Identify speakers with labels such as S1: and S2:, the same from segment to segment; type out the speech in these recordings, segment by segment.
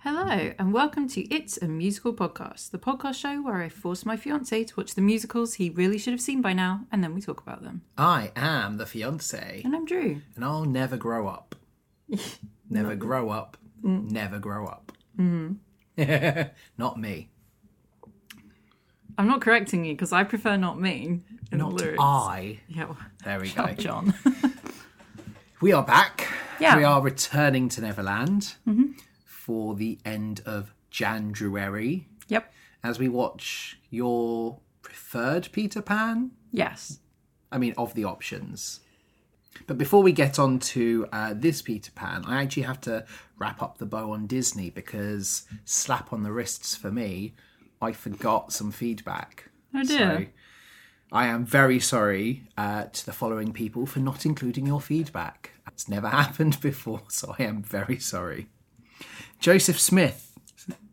S1: Hello, and welcome to It's a Musical Podcast, the podcast show where I force my fiance to watch the musicals he really should have seen by now, and then we talk about them.
S2: I am the fiance,
S1: And I'm Drew.
S2: and I'll never grow up. Never grow up. Never grow up. Not me.
S1: I'm not correcting you because I prefer not me. In
S2: Not
S1: the lyrics.
S2: I.
S1: Yeah, well,
S2: There we go.
S1: shut up, John.
S2: We are back.
S1: Yeah.
S2: We are returning to Neverland for the end of January
S1: yep.
S2: as we watch your preferred Peter Pan.
S1: Yes.
S2: I mean, of the options. But before we get on to uh, this Peter Pan, I actually have to wrap up the bow on Disney because slap on the wrists for me, I forgot some feedback.
S1: Oh
S2: So
S1: dear.
S2: I am very sorry uh, to the following people for not including your feedback. It's never happened before, so I am very sorry. Joseph Smith,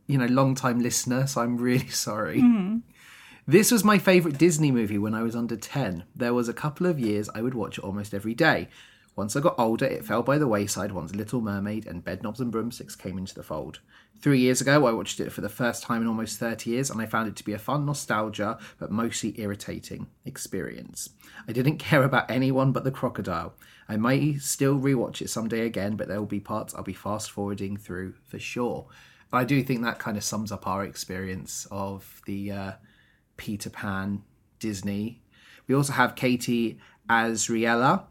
S2: you know, long time listener, so I'm really sorry. This was my favourite Disney movie when I was under 10. There was a couple of years I would watch it almost every day. Once I got older, it fell by the wayside once Little Mermaid and Bedknobs and Broomsticks came into the fold. Three years ago, I watched it for the first time in almost 30 years, and I found it to be a fun nostalgia, but mostly irritating experience. I didn't care about anyone but the crocodile. I may still rewatch it someday again, but there will be parts I'll be fast forwarding through for sure. I do think that kind of sums up our experience of the uh, Peter Pan, Disney. We also have Katie Azriella,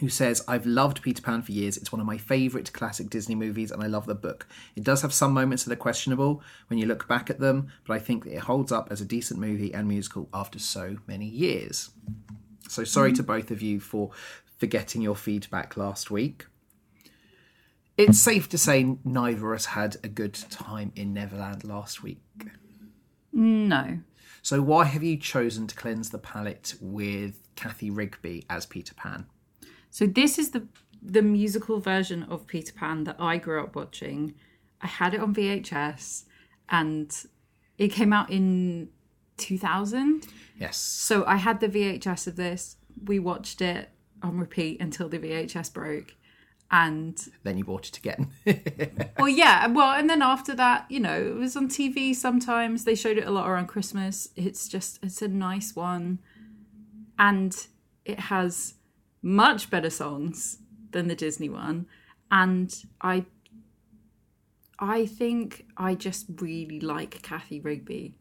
S2: who says, I've loved Peter Pan for years. It's one of my favourite classic Disney movies, and I love the book. It does have some moments that are questionable when you look back at them, but I think that it holds up as a decent movie and musical after so many years. So sorry to both of you for forgetting your feedback last week. It's safe to say neither of us had a good time in Neverland last week.
S1: No.
S2: So, why have you chosen to cleanse the palate with Kathy Rigby as Peter Pan?
S1: So this is the the musical version of Peter Pan that I grew up watching. I had it on VHS, and it came out in 2000.
S2: Yes.
S1: So I had the VHS of this. We watched it on repeat until the VHS broke. And
S2: Then you bought it again.
S1: well, yeah, well, and then after that, you know, it was on TV sometimes. They showed it a lot around Christmas. It's just, it's a nice one. And it has much better songs than the Disney one. And I, I think I just really like Kathy Rigby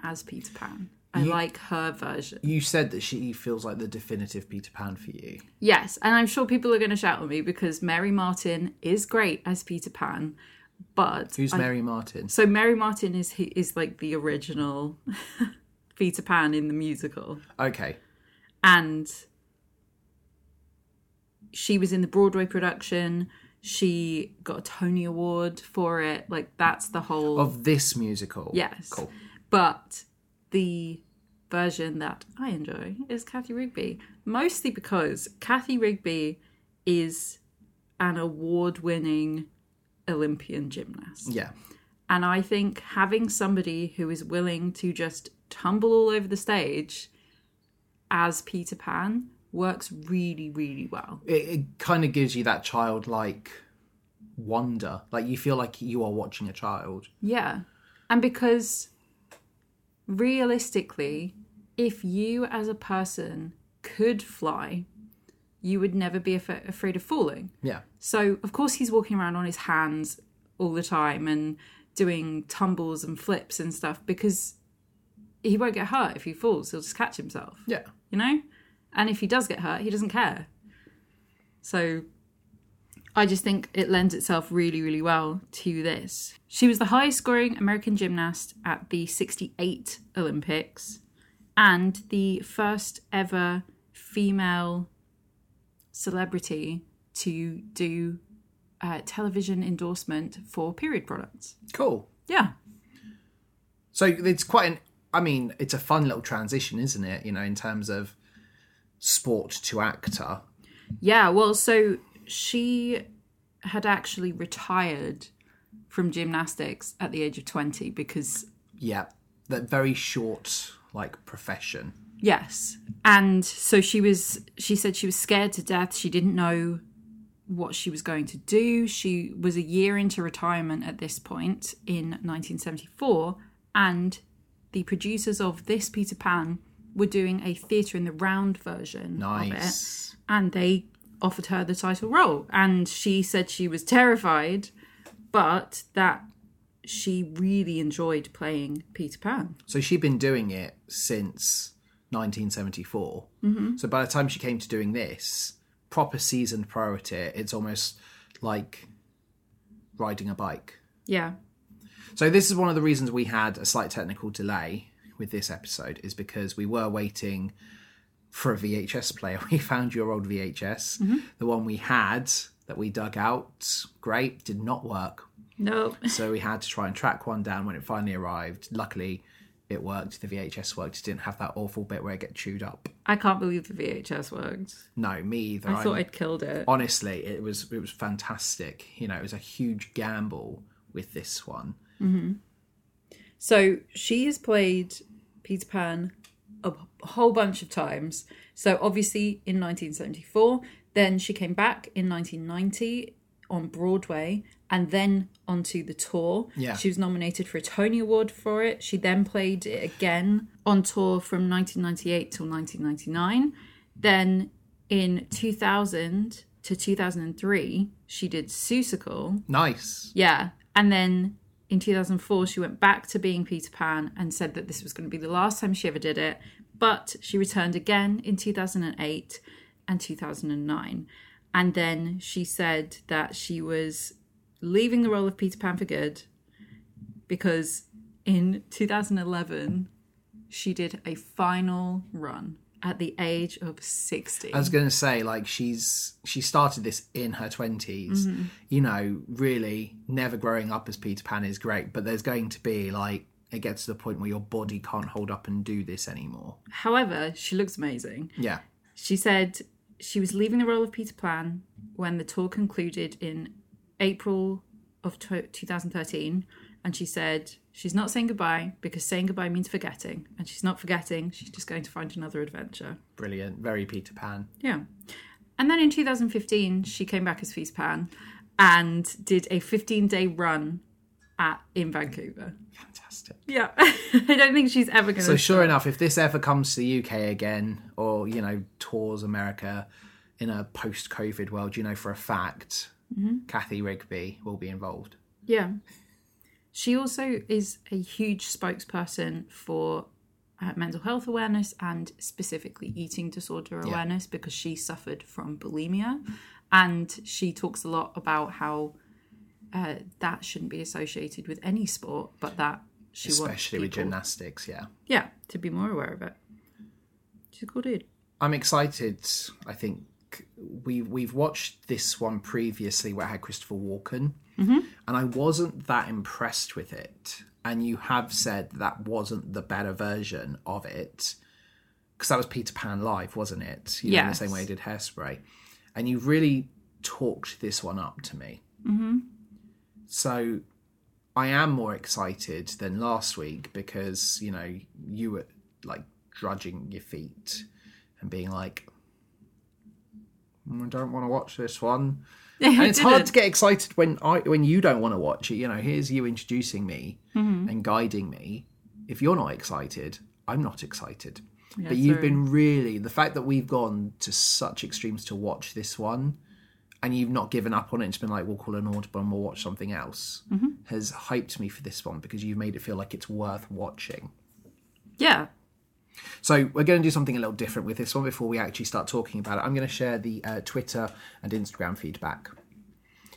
S1: as Peter Pan. I like her version.
S2: you said that she feels like the definitive Peter Pan for you.
S1: Yes, and I'm sure people are going to shout at me because Mary Martin is great as Peter Pan, but
S2: Who's Mary Martin?
S1: so Mary Martin is he is like the original Peter Pan in the musical,
S2: Okay.
S1: and she was in the Broadway production. She got a Tony Award for it. Like that's the whole
S2: Of this musical.
S1: Yes.
S2: Cool.
S1: But the version that I enjoy is Kathy Rigby, mostly because Kathy Rigby is an award winning Olympian gymnast.
S2: Yeah.
S1: And I think having somebody who is willing to just tumble all over the stage as Peter Pan works really, really well.
S2: It, it kind of gives you that childlike wonder. Like you feel like you are watching a child.
S1: Yeah. And because realistically, if you as a person could fly, you would never be af- afraid of falling.
S2: Yeah.
S1: So, of course, he's walking around on his hands all the time and doing tumbles and flips and stuff because he won't get hurt if he falls. He'll just catch himself,
S2: Yeah.
S1: you know? And if he does get hurt, he doesn't care. So, I just think it lends itself really, really well to this. She was the highest scoring American gymnast at the 68 Olympics and the first ever female celebrity to do a television endorsement for period products.
S2: Cool.
S1: Yeah.
S2: So it's quite an. I mean, it's a fun little transition, isn't it? You know, in terms of sport to actor.
S1: Yeah, well, so she had actually retired from gymnastics at the age of 20 because
S2: Yeah, that very short like profession.
S1: Yes. And so she was she said she was scared to death. She didn't know what she was going to do. She was a year into retirement at this point in 1974, and the producers of this Peter Pan were doing a theatre in the round version of it
S2: Nice.
S1: and they offered her the title role and she said she was terrified but that she really enjoyed playing peter pan
S2: So she'd been doing it since 1974. So by the time she came to doing this, proper seasoned pro at it, it's almost like riding a bike.
S1: yeah
S2: So this is one of the reasons we had a slight technical delay with this episode is because we were waiting for a VHS player. We found your old VHS, the one we had that we dug out. Great, did not work.
S1: no
S2: So we had to try and track one down when it finally arrived. Luckily, it worked. The VHS worked. It didn't have that awful bit where it get chewed up.
S1: i can't believe the vhs worked
S2: No, me either.
S1: i thought i'd
S2: I'm-
S1: killed it
S2: honestly it was it was fantastic you know it was a huge gamble with this one
S1: so she has played peter pan a whole bunch of times so obviously in 1974 then she came back in 1990 on broadway and then onto the tour
S2: Yeah.
S1: She was nominated for a Tony Award for it. She then played it again on tour from 1998 till 1999. Then in 2000 to 2003, she did Seussical.
S2: nice
S1: Yeah. And then in 2004, she went back to being Peter Pan and said that this was going to be the last time she ever did it. But she returned again in 2008 and 2009. And then she said that she was leaving the role of Peter Pan for good because in 2011, she did a final run at the age of 60.
S2: i was going to say like she's she started this in her 20s
S1: Mm-hmm.
S2: you know really never growing up as peter pan is great but there's going to be like it gets to the point where your body can't hold up and do this anymore
S1: However, she looks amazing.
S2: yeah
S1: She said she was leaving the role of Peter Pan when the tour concluded in April of tw 2013. And she said she's not saying goodbye because saying goodbye means forgetting. And she's not forgetting, she's just going to find another adventure.
S2: brilliant very peter pan
S1: Yeah. And then in 2015, she came back as Peter Pan and did a 15 day run at in Vancouver.
S2: fantastic
S1: Yeah. I don't think she's ever going to.
S2: So sure enough, if this ever comes to the UK again, or you know, tours America in a post-COVID world, you know for a fact,
S1: Mm-hmm.
S2: Kathy Rigby will be involved.
S1: Yeah. She also is a huge spokesperson for uh, mental health awareness and specifically eating disorder awareness because she suffered from bulimia. And she talks a lot about how uh, that shouldn't be associated with any sport, but that she
S2: Especially with
S1: wants people,
S2: gymnastics, yeah.
S1: yeah, to be more aware of it. She's a cool dude.
S2: I'm excited. I think we we've watched this one previously where it had Christopher Walken, and I wasn't that impressed with it. And you have said that wasn't the better version of it because that was Peter Pan live, wasn't it? You know, in the same
S1: Yes.
S2: way he did Hairspray, and you really talked this one up to me. Mm-hmm. So I am more excited than last week because you know you were like drudging your feet and being like, "Mm, I don't want to watch this one. And it's hard to get excited when I when you don't want to watch it. You know, here's you introducing me and guiding me. If you're not excited, I'm not excited. but you've been really the fact that we've gone to such extremes to watch this one, and you've not given up on it. It's been like we'll call an audible and we'll watch something else. Has hyped me for this one because you've made it feel like it's worth watching.
S1: Yeah.
S2: So we're going to do something a little different with this one before we actually start talking about it. I'm going to share the uh, Twitter and Instagram feedback,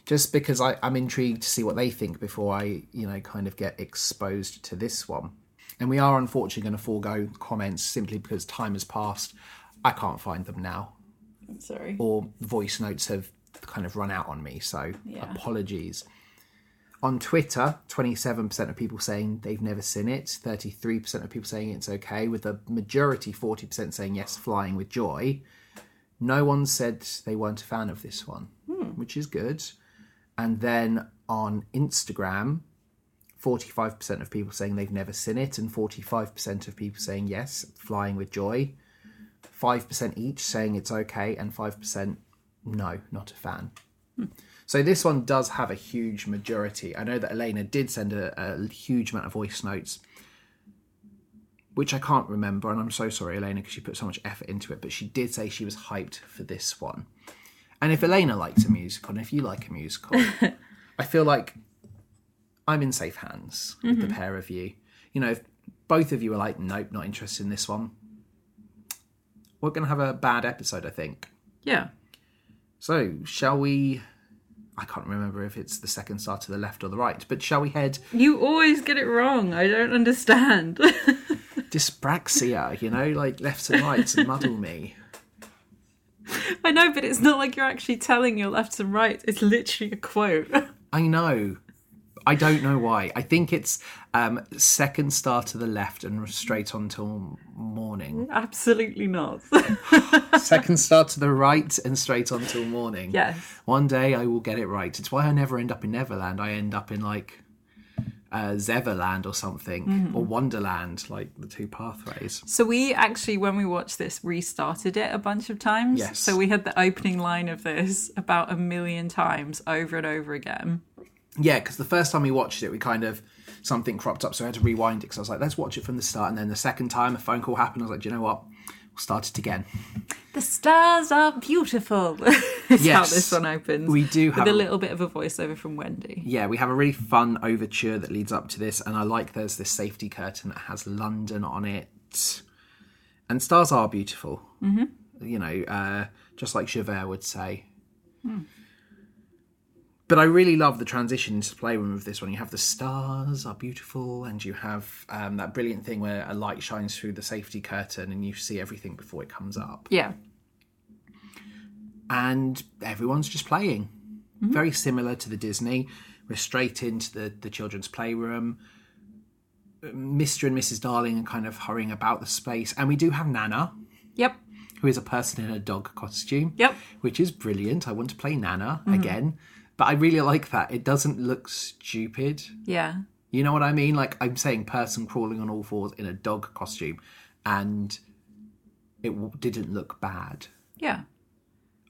S2: just because I, I'm intrigued to see what they think before I, you know, kind of get exposed to this one. And we are unfortunately going to forego comments simply because time has passed. I can't find them now,
S1: Sorry.
S2: or voice notes have kind of run out on me. So
S1: Yeah.
S2: apologies. On Twitter, 27% of people saying they've never seen it, 33% of people saying it's okay, with the majority 40% saying yes, flying with joy. No one said they weren't a fan of this one, which is good. And then on Instagram, 45% of people saying they've never seen it, and 45% of people saying yes, flying with joy. 5% each saying it's okay, and 5% no, not a fan. So this one does have a huge majority. I know that Elena did send a, a huge amount of voice notes, which I can't remember, and I'm so sorry, Elena, because she put so much effort into it. But she did say she was hyped for this one. And if Elena likes a musical, and if you like a musical, I feel like I'm in safe hands with the pair of you. You know, if both of you are like, nope, not interested in this one, we're going to have a bad episode, I think.
S1: Yeah.
S2: So, shall we? I can't remember if it's the second star to the left or the right, but shall we head
S1: You always get it wrong. I don't understand.
S2: dyspraxia? You know, like lefts and rights and muddle me.
S1: I know, but it's not like you're actually telling your left and right. It's literally a quote.
S2: I know. I don't know why. I think it's um, second star to the left and straight on till morning.
S1: Absolutely not.
S2: Second star to the right and straight on till morning.
S1: yes.
S2: One day I will get it right. It's why I never end up in Neverland. I end up in like uh, Zeverland or something, or Wonderland, like the two pathways.
S1: So we actually, when we watched this, restarted it a bunch of times.
S2: Yes.
S1: So we had the opening line of this about a million times over and over again.
S2: Yeah, because the first time we watched it, we kind of something cropped up, so I had to rewind it because I was like, let's watch it from the start. And then the second time, a phone call happened. I was like, do you know what? We'll start it again.
S1: The stars are beautiful. it's how
S2: Yes.
S1: this one opens.
S2: We do have
S1: with a
S2: a-
S1: little bit of a voiceover from Wendy.
S2: Yeah, we have a really fun overture that leads up to this, and I like there's this safety curtain that has London on it. And stars are beautiful. Mm-hmm. You know, uh, just like Javert would say. But I really love the transition into the playroom of this one. You have the stars are beautiful, and you have um, that brilliant thing where a light shines through the safety curtain and you see everything before it comes up.
S1: Yeah.
S2: And everyone's just playing. Very similar to the Disney. We're straight into the, the children's playroom. Mr. and Mrs. Darling are kind of hurrying about the space. And we do have Nana,
S1: Yep.
S2: who is a person in a dog costume.
S1: Yep.
S2: Which is brilliant. I want to play Nana again. But I really like that. It doesn't look stupid.
S1: Yeah.
S2: You know what I mean? Like I'm saying, person crawling on all fours in a dog costume, and it w- didn't look bad.
S1: Yeah.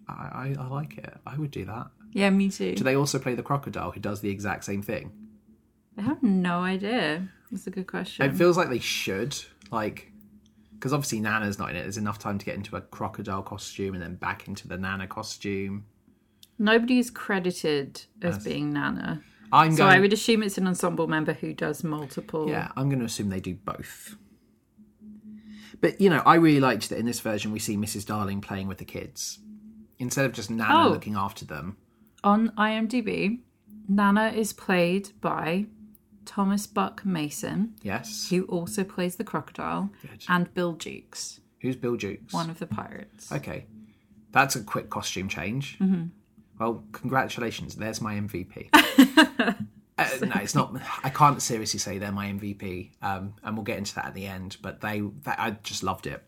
S2: I, I, I like it. I would do that.
S1: Yeah, me too.
S2: Do they also play the crocodile, who does the exact same thing?
S1: I have no idea. That's a good question.
S2: It feels like they should, like, because obviously Nana's not in it. There's enough time to get into a crocodile costume and then back into the Nana costume.
S1: Nobody's credited as being Nana.
S2: I'm
S1: So
S2: going.
S1: I would assume it's an ensemble member who does multiple.
S2: Yeah, I'm going to assume they do both. But you know, I really liked that in this version we see Mrs. Darling playing with the kids instead of just Nana
S1: Oh.
S2: looking after them.
S1: On IMDb, Nana is played by Thomas Buck Mason,
S2: Yes.
S1: who also plays the crocodile, and Bill Jukes,
S2: Who's Bill Jukes?
S1: one of the pirates.
S2: Okay. That's a quick costume change. Well, congratulations. There's my MVP. Uh, no, it's not. I can't seriously say they're my MVP, um, and we'll get into that at the end. But they, that, I just loved it.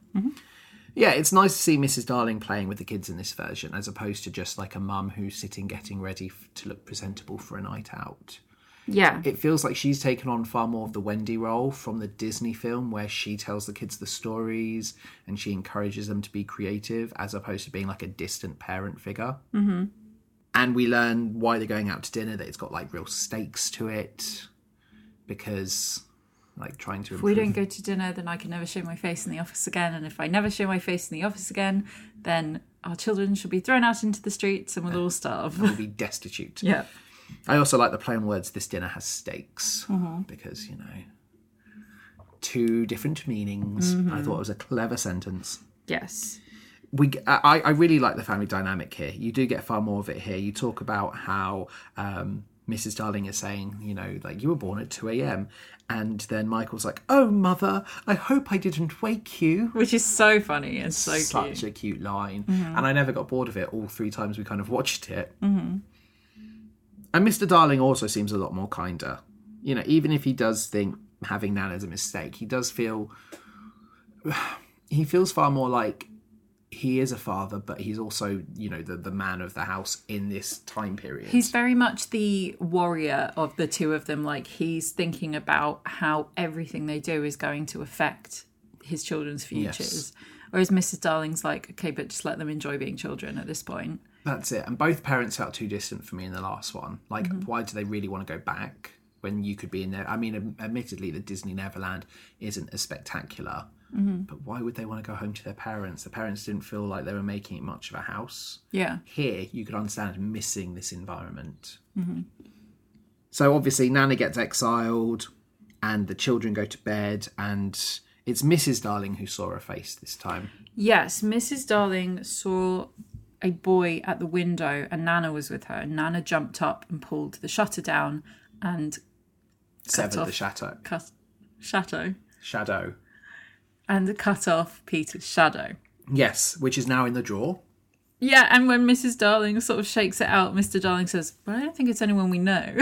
S2: Yeah, it's nice to see Mrs. Darling playing with the kids in this version, as opposed to just like a mum who's sitting getting ready f- to look presentable for a night out.
S1: Yeah.
S2: It feels like she's taken on far more of the Wendy role from the Disney film, where she tells the kids the stories and she encourages them to be creative, as opposed to being like a distant parent figure. Mm-hmm. And we learn why they're going out to dinner, that it's got like real stakes to it, because like trying to
S1: If we
S2: improve.
S1: don't go to dinner, then I can never show my face in the office again. And if I never show my face in the office again, then our children shall be thrown out into the streets and we'll all starve.
S2: will be destitute.
S1: yeah.
S2: I also like the play on words. This dinner has stakes
S1: Mm-hmm.
S2: because you know two different meanings. I
S1: Mm-hmm.
S2: thought it was a clever sentence.
S1: Yes.
S2: we I, I really like the family dynamic here you do get far more of it here you talk about how um mrs darling is saying you know like you were born at 2 a.m and then michael's like oh mother i hope i didn't wake you
S1: Which is so funny and so cute.
S2: such a cute line and i never got bored of it all three times we kind of watched it and mr darling also seems a lot more kinder you know even if he does think having nan is a mistake he does feel he feels far more like he is a father but he's also you know the, the man of the house in this time period
S1: He's very much the warrior of the two of them. Like he's thinking about how everything they do is going to affect his children's futures. Whereas Mrs. Darling's like, okay, but just let them enjoy being children at this point.
S2: That's it. And both parents felt too distant for me in the last one. Like, why do they really want to go back when you could be in there? I mean, ad- admittedly, the Disney Neverland isn't as spectacular, but why would they want to go home to their parents? The parents didn't feel like they were making it much of a house.
S1: Yeah.
S2: Here, you could understand missing this environment. So, obviously, Nana gets exiled, and the children go to bed, and it's Mrs. Darling who saw her face this time.
S1: Yes, Mrs. Darling saw a boy at the window and Nana was with her. And Nana jumped up and pulled the shutter down and
S2: Severed
S1: off.
S2: the shadow.
S1: cut shadow
S2: Shadow.
S1: and cut off Peter's shadow.
S2: Yes, which is now in the drawer.
S1: Yeah, and when Mrs. Darling sort of shakes it out, Mr. Darling says, But I don't think it's anyone we know.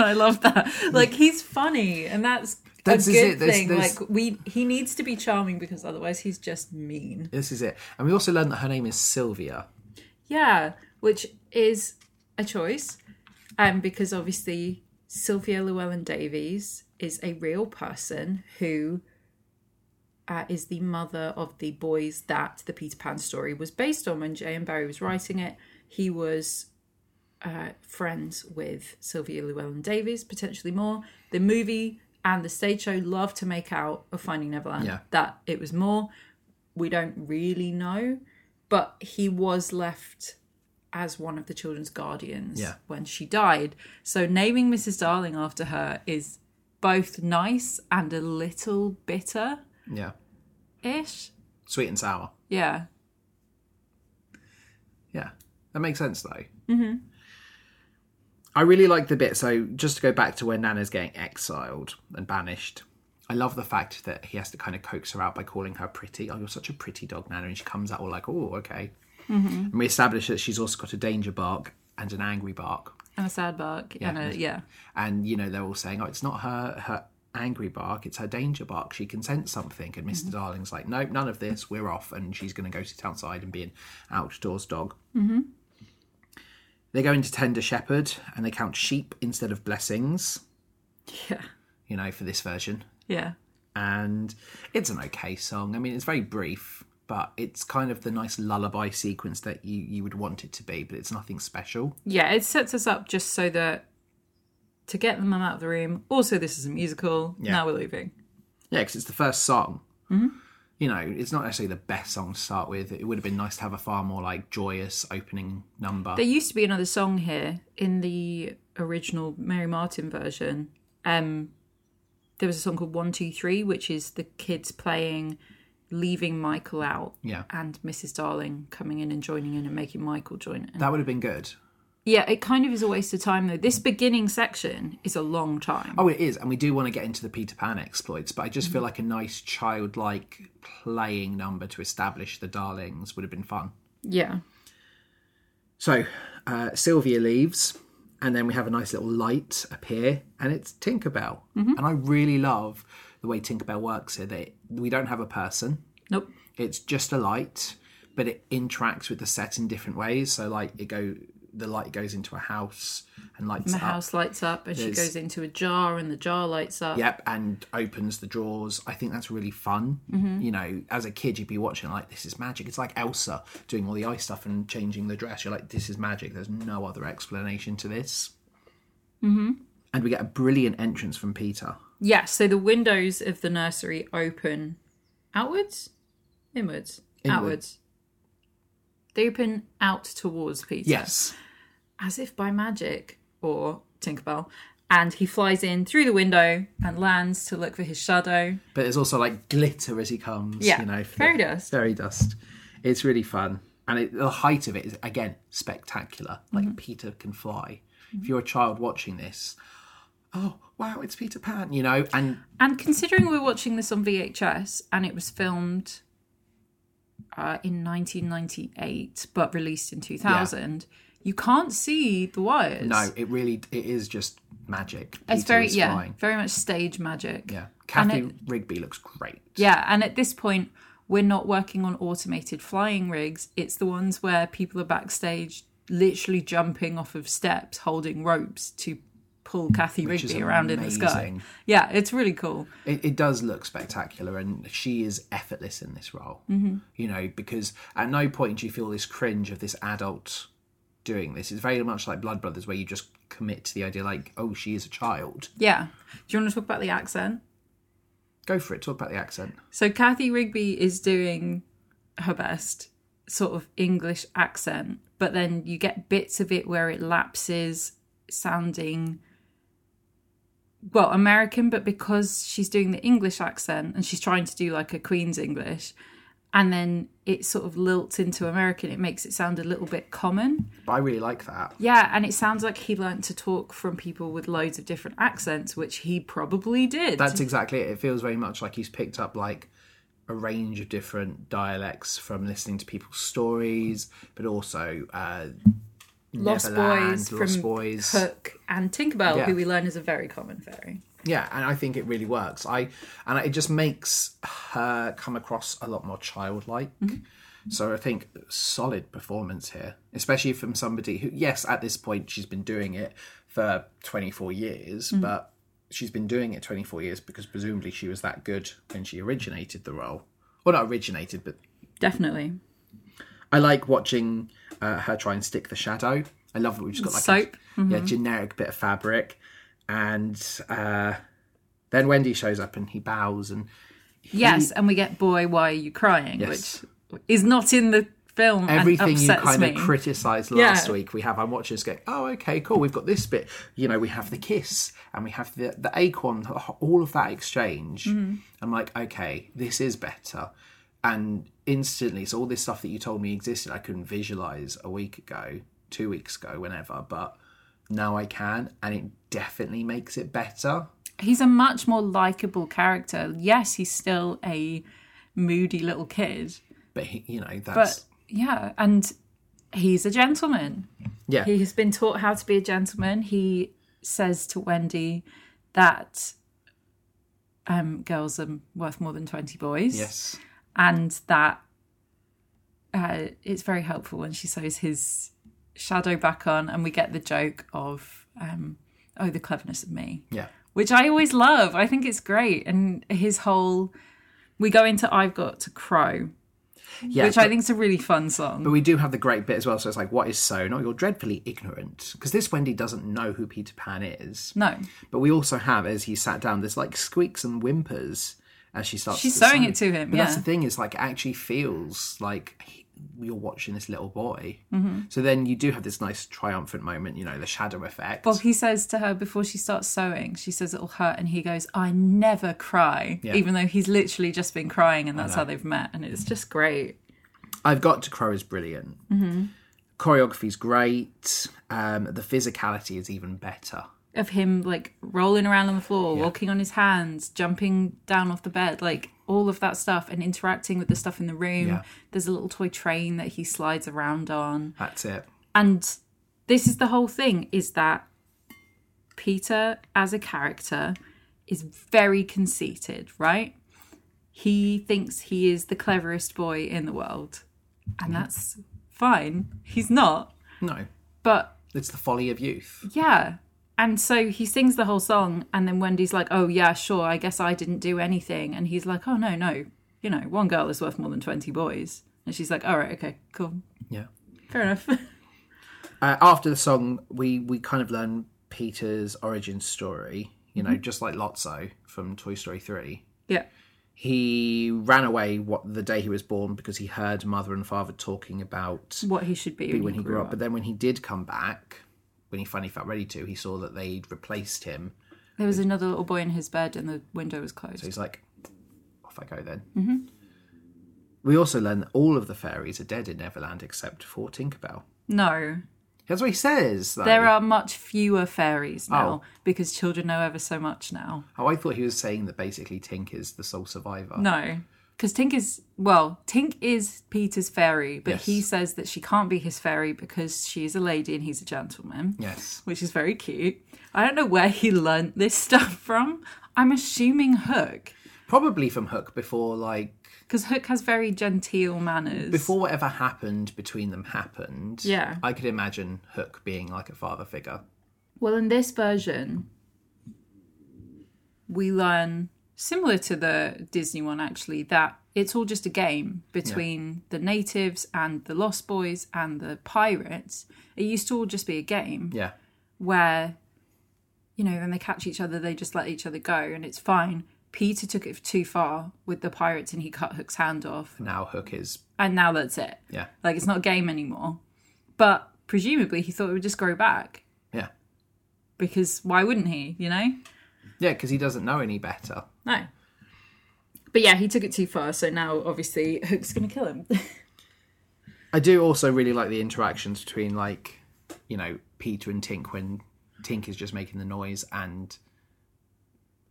S1: I love that. Like he's funny and that's
S2: That's-
S1: a
S2: is
S1: good
S2: it. There's-
S1: thing.
S2: there's-
S1: Like we he needs to be charming because otherwise he's just mean.
S2: This is it. And we also learned that her name is Sylvia.
S1: Yeah, which is a choice, um, because obviously Sylvia Llewellyn Davies is a real person who uh, is the mother of the boys that the Peter Pan story was based on. When J.M. Barrie was writing it, he was uh, friends with Sylvia Llewellyn Davies, potentially more. The movie and the stage show love to make out of Finding Neverland
S2: Yeah.
S1: that it was more. We don't really know, but he was left as one of the children's guardians
S2: Yeah.
S1: when she died. So naming Mrs. Darling after her is both nice and a little bitter
S2: Yeah.
S1: ish.
S2: Sweet and sour.
S1: Yeah.
S2: Yeah. That makes sense though. Mm-hmm. I really like the bit. So just to go back to where Nana's getting exiled and banished. I love the fact that he has to kind of coax her out by calling her pretty. Oh, you're such a pretty dog, Nana. And she comes out all like, oh, okay. And we establish that she's also got a danger bark and an angry bark.
S1: And a sad bark. Yeah. And a, yeah.
S2: and you know they're all saying, "Oh, it's not her her angry bark, it's her danger bark. She can sense something." And mister Darling's like, "Nope, none of this. We're off." And she's going to go sit outside and be an outdoors dog. Mm-hmm. They go into tender shepherd and they count sheep instead of blessings.
S1: Yeah.
S2: You know, for this version,
S1: Yeah.
S2: and it's an okay song. I mean, it's very brief. But it's kind of the nice lullaby sequence that you, you would want it to be, but it's nothing special.
S1: Yeah. It sets us up just so that to get the mum out of the room. Also, this is a musical. Now we're leaving.
S2: Yeah, because it's the first song. You know, it's not necessarily the best song to start with. It would have been nice to have a far more like joyous opening number.
S1: There used to be another song here in the original Mary Martin version. Um, there was a song called One Two Three, which is the kids playing "Leaving Michael Out"
S2: yeah,
S1: and Mrs. Darling coming in and joining in and making Michael join in.
S2: that would have been good.
S1: Yeah, it kind of is a waste of time though. This beginning section is a long time.
S2: Oh, it is, and we do want to get into the Peter Pan exploits, but I just feel like a nice childlike playing number to establish the darlings would have been fun.
S1: Yeah.
S2: So uh, Sylvia leaves, and then we have a nice little light appear, and it's Tinkerbell. And I really love the way Tinkerbell works here. That we don't have a person,
S1: Nope.
S2: it's just a light but it interacts with the set in different ways so like it go the light goes into a house and lights
S1: The
S2: it up
S1: house lights up and she
S2: There's-
S1: goes into a jar and the jar lights up.
S2: yep and opens the drawers i think that's really fun you know as a kid you'd be watching like this is magic it's like elsa doing all the ice stuff and changing the dress you're like this is magic there's no other explanation to this mm-hmm. and we get a brilliant entrance from peter
S1: Yeah, so the windows of the nursery open outwards? Inwards.
S2: Inward.
S1: Outwards. They open out towards Peter.
S2: yes
S1: As if by magic or Tinkerbell. And he flies in through the window and lands to look for his shadow.
S2: but there's also like glitter as he comes
S1: Yeah.
S2: you know for the-
S1: Fairy dust.
S2: Fairy dust. It's really fun. And it, the height of it is, again, spectacular. Like
S1: Mm-hmm.
S2: Peter can fly. If you're a child watching this, oh, wow, it's Peter Pan, you know? And
S1: And considering we're watching this on VHS and it was filmed uh, in 1998 but released in 2000, you can't see the wires.
S2: no, it really it is just magic. Peter
S1: it's very
S2: is
S1: yeah,
S2: flying.
S1: very much stage magic.
S2: Yeah. Kathy
S1: it-
S2: Rigby looks great.
S1: Yeah, and at this point, we're not working on automated flying rigs. It's the ones where people are backstage literally jumping off of steps, holding ropes to pull Kathy
S2: Which is
S1: Rigby around in the sky.
S2: amazing.
S1: Yeah, it's really cool.
S2: It, it does look spectacular, and she is effortless in this role.
S1: Mm-hmm.
S2: You know, because at no point do you feel this cringe of this adult doing this. It's very much like Blood Brothers, where you just commit to the idea, like, oh, she is a child.
S1: Yeah. Do you want to talk about the accent?
S2: Go for it. Talk about the accent.
S1: So Kathy Rigby is doing her best sort of English accent, but then you get bits of it where it lapses sounding well American, but because she's doing the English accent and she's trying to do like a Queen's English, and then it sort of lilts into American, it makes it sound a little bit common.
S2: But I really like that.
S1: Yeah, and it sounds like he learnt to talk from people with loads of different accents, which he probably did.
S2: That's exactly it. It feels very much like he's picked up like a range of different dialects from listening to people's stories, but also uh,
S1: Lost
S2: Neverland,
S1: Boys
S2: Lost
S1: from
S2: Boys.
S1: Hook and Tinkerbell,
S2: Yeah.
S1: who we learn is a very common fairy.
S2: yeah. And I think it really works. I and it just makes her come across a lot more childlike. So I think solid performance here, especially from somebody who, yes, at this point she's been doing it for 24 years, but she's been doing it 24 years because presumably she was that good when she originated the role. Well, not originated, but
S1: Definitely.
S2: I like watching uh, her try and stick the shadow. I love that we've just got like
S1: Soap.
S2: a yeah, generic bit of fabric, and uh, then Wendy shows up and he bows and
S1: Yes, and we get Boy, Why Are You Crying?
S2: Yes.
S1: Which is not in the film.
S2: everything
S1: and
S2: you
S1: upsets
S2: kind
S1: me.
S2: of criticised last
S1: Yeah.
S2: week. We have I'm watching this going, oh okay, cool. We've got this bit. You know, we have the kiss and we have the the acorn. All of that exchange.
S1: Mm-hmm.
S2: I'm like, okay, this is better. And instantly, so all this stuff that you told me existed, I couldn't visualize a week ago, two weeks ago, whenever. But now I can, and it definitely makes it better.
S1: He's a much more likable character. Yes, he's still a moody little kid,
S2: But he, you know, that's
S1: but yeah, and he's a gentleman.
S2: yeah.
S1: He has been taught how to be a gentleman. He says to Wendy that um, girls are worth more than 20 boys.
S2: yes.
S1: and that uh, it's very helpful when she sews his shadow back on and we get the joke of um, oh the cleverness of me
S2: Yeah.
S1: which i always love i think it's great and his whole we go into i've got to crow
S2: Yeah.
S1: which i think is a really fun song
S2: But we do have the great bit as well. So it's like, what is so? Not you're dreadfully ignorant. Because this Wendy doesn't know who Peter Pan is.
S1: no
S2: But we also have, as he sat down, there's like squeaks and whimpers as she starts.
S1: She's
S2: to
S1: sewing
S2: sew.
S1: it to him,
S2: But that's
S1: yeah.
S2: the thing is like, it actually feels like he- you're watching this little boy.
S1: Mm-hmm.
S2: So then you do have this nice triumphant moment, you know, the shadow effect.
S1: well he says to her before she starts sewing she says it'll hurt and he goes i never cry
S2: Yeah.
S1: even though he's literally just been crying and that's how they've met and it's just great
S2: I've got to crow is brilliant.
S1: Mm-hmm.
S2: Choreography's great. Um, the physicality is even better.
S1: of him like rolling around on the floor, walking on his hands, jumping down off the bed, like all of that stuff, and interacting with the stuff in the room.
S2: Yeah.
S1: There's a little toy train that he slides around on.
S2: That's it.
S1: And this is the whole thing is that Peter, as a character, is very conceited, right? He thinks he is the cleverest boy in the world. And that's fine. He's not.
S2: No,
S1: But
S2: it's the folly of youth.
S1: yeah. And so he sings the whole song, and then Wendy's like, Oh, yeah, sure, I guess I didn't do anything. And he's like, Oh, no, no, you know, one girl is worth more than 20 boys. And she's like, All right, okay, cool,
S2: Yeah.
S1: fair enough.
S2: uh, after the song, we we kind of learn Peter's origin story. You
S1: Mm-hmm.
S2: know, just like Lotso from Toy Story Three,
S1: yeah.
S2: he ran away what the day he was born because he heard mother and father talking about
S1: What he should be Mm-hmm. when,
S2: when
S1: he
S2: he grew up. But then when he did come back, when he finally felt ready to, he saw that they'd replaced him.
S1: There was another little boy in his bed, and the window was closed.
S2: So he's like, "Off I go then." Mm-hmm. We also learn that all of the fairies are dead in Neverland except for Tinkerbell.
S1: No,
S2: That's what he says. Though.
S1: there are much fewer fairies now because children know ever so much now.
S2: Oh, I thought he was saying that basically Tink is the sole survivor.
S1: No. Because Tink is, well, Tink is Peter's fairy, but
S2: Yes.
S1: he says that she can't be his fairy because she is a lady and he's a gentleman.
S2: Yes.
S1: which is very cute. I don't know where he learnt this stuff from. I'm assuming Hook,
S2: probably from Hook before like
S1: because Hook has very genteel manners.
S2: before whatever happened between them happened.
S1: Yeah.
S2: I could imagine Hook being like a father figure.
S1: Well, in this version, we learn, similar to the Disney one actually, that it's all just a game between the natives and the Lost Boys and the pirates. It used to all just be a game
S2: Yeah.
S1: where, you know, when they catch each other, they just let each other go and it's fine. Peter took it too far with the pirates and he cut Hook's hand off.
S2: Now Hook is.
S1: And now that's it.
S2: Yeah.
S1: Like, it's not a game anymore. But presumably, he thought it would just grow back
S2: Yeah.
S1: because why wouldn't he, you know?
S2: Yeah, because he doesn't know any better.
S1: No. But yeah, he took it too far, so now obviously Hook's gonna kill him.
S2: I do also really like the interactions between like, you know, Peter and Tink when Tink is just making the noise and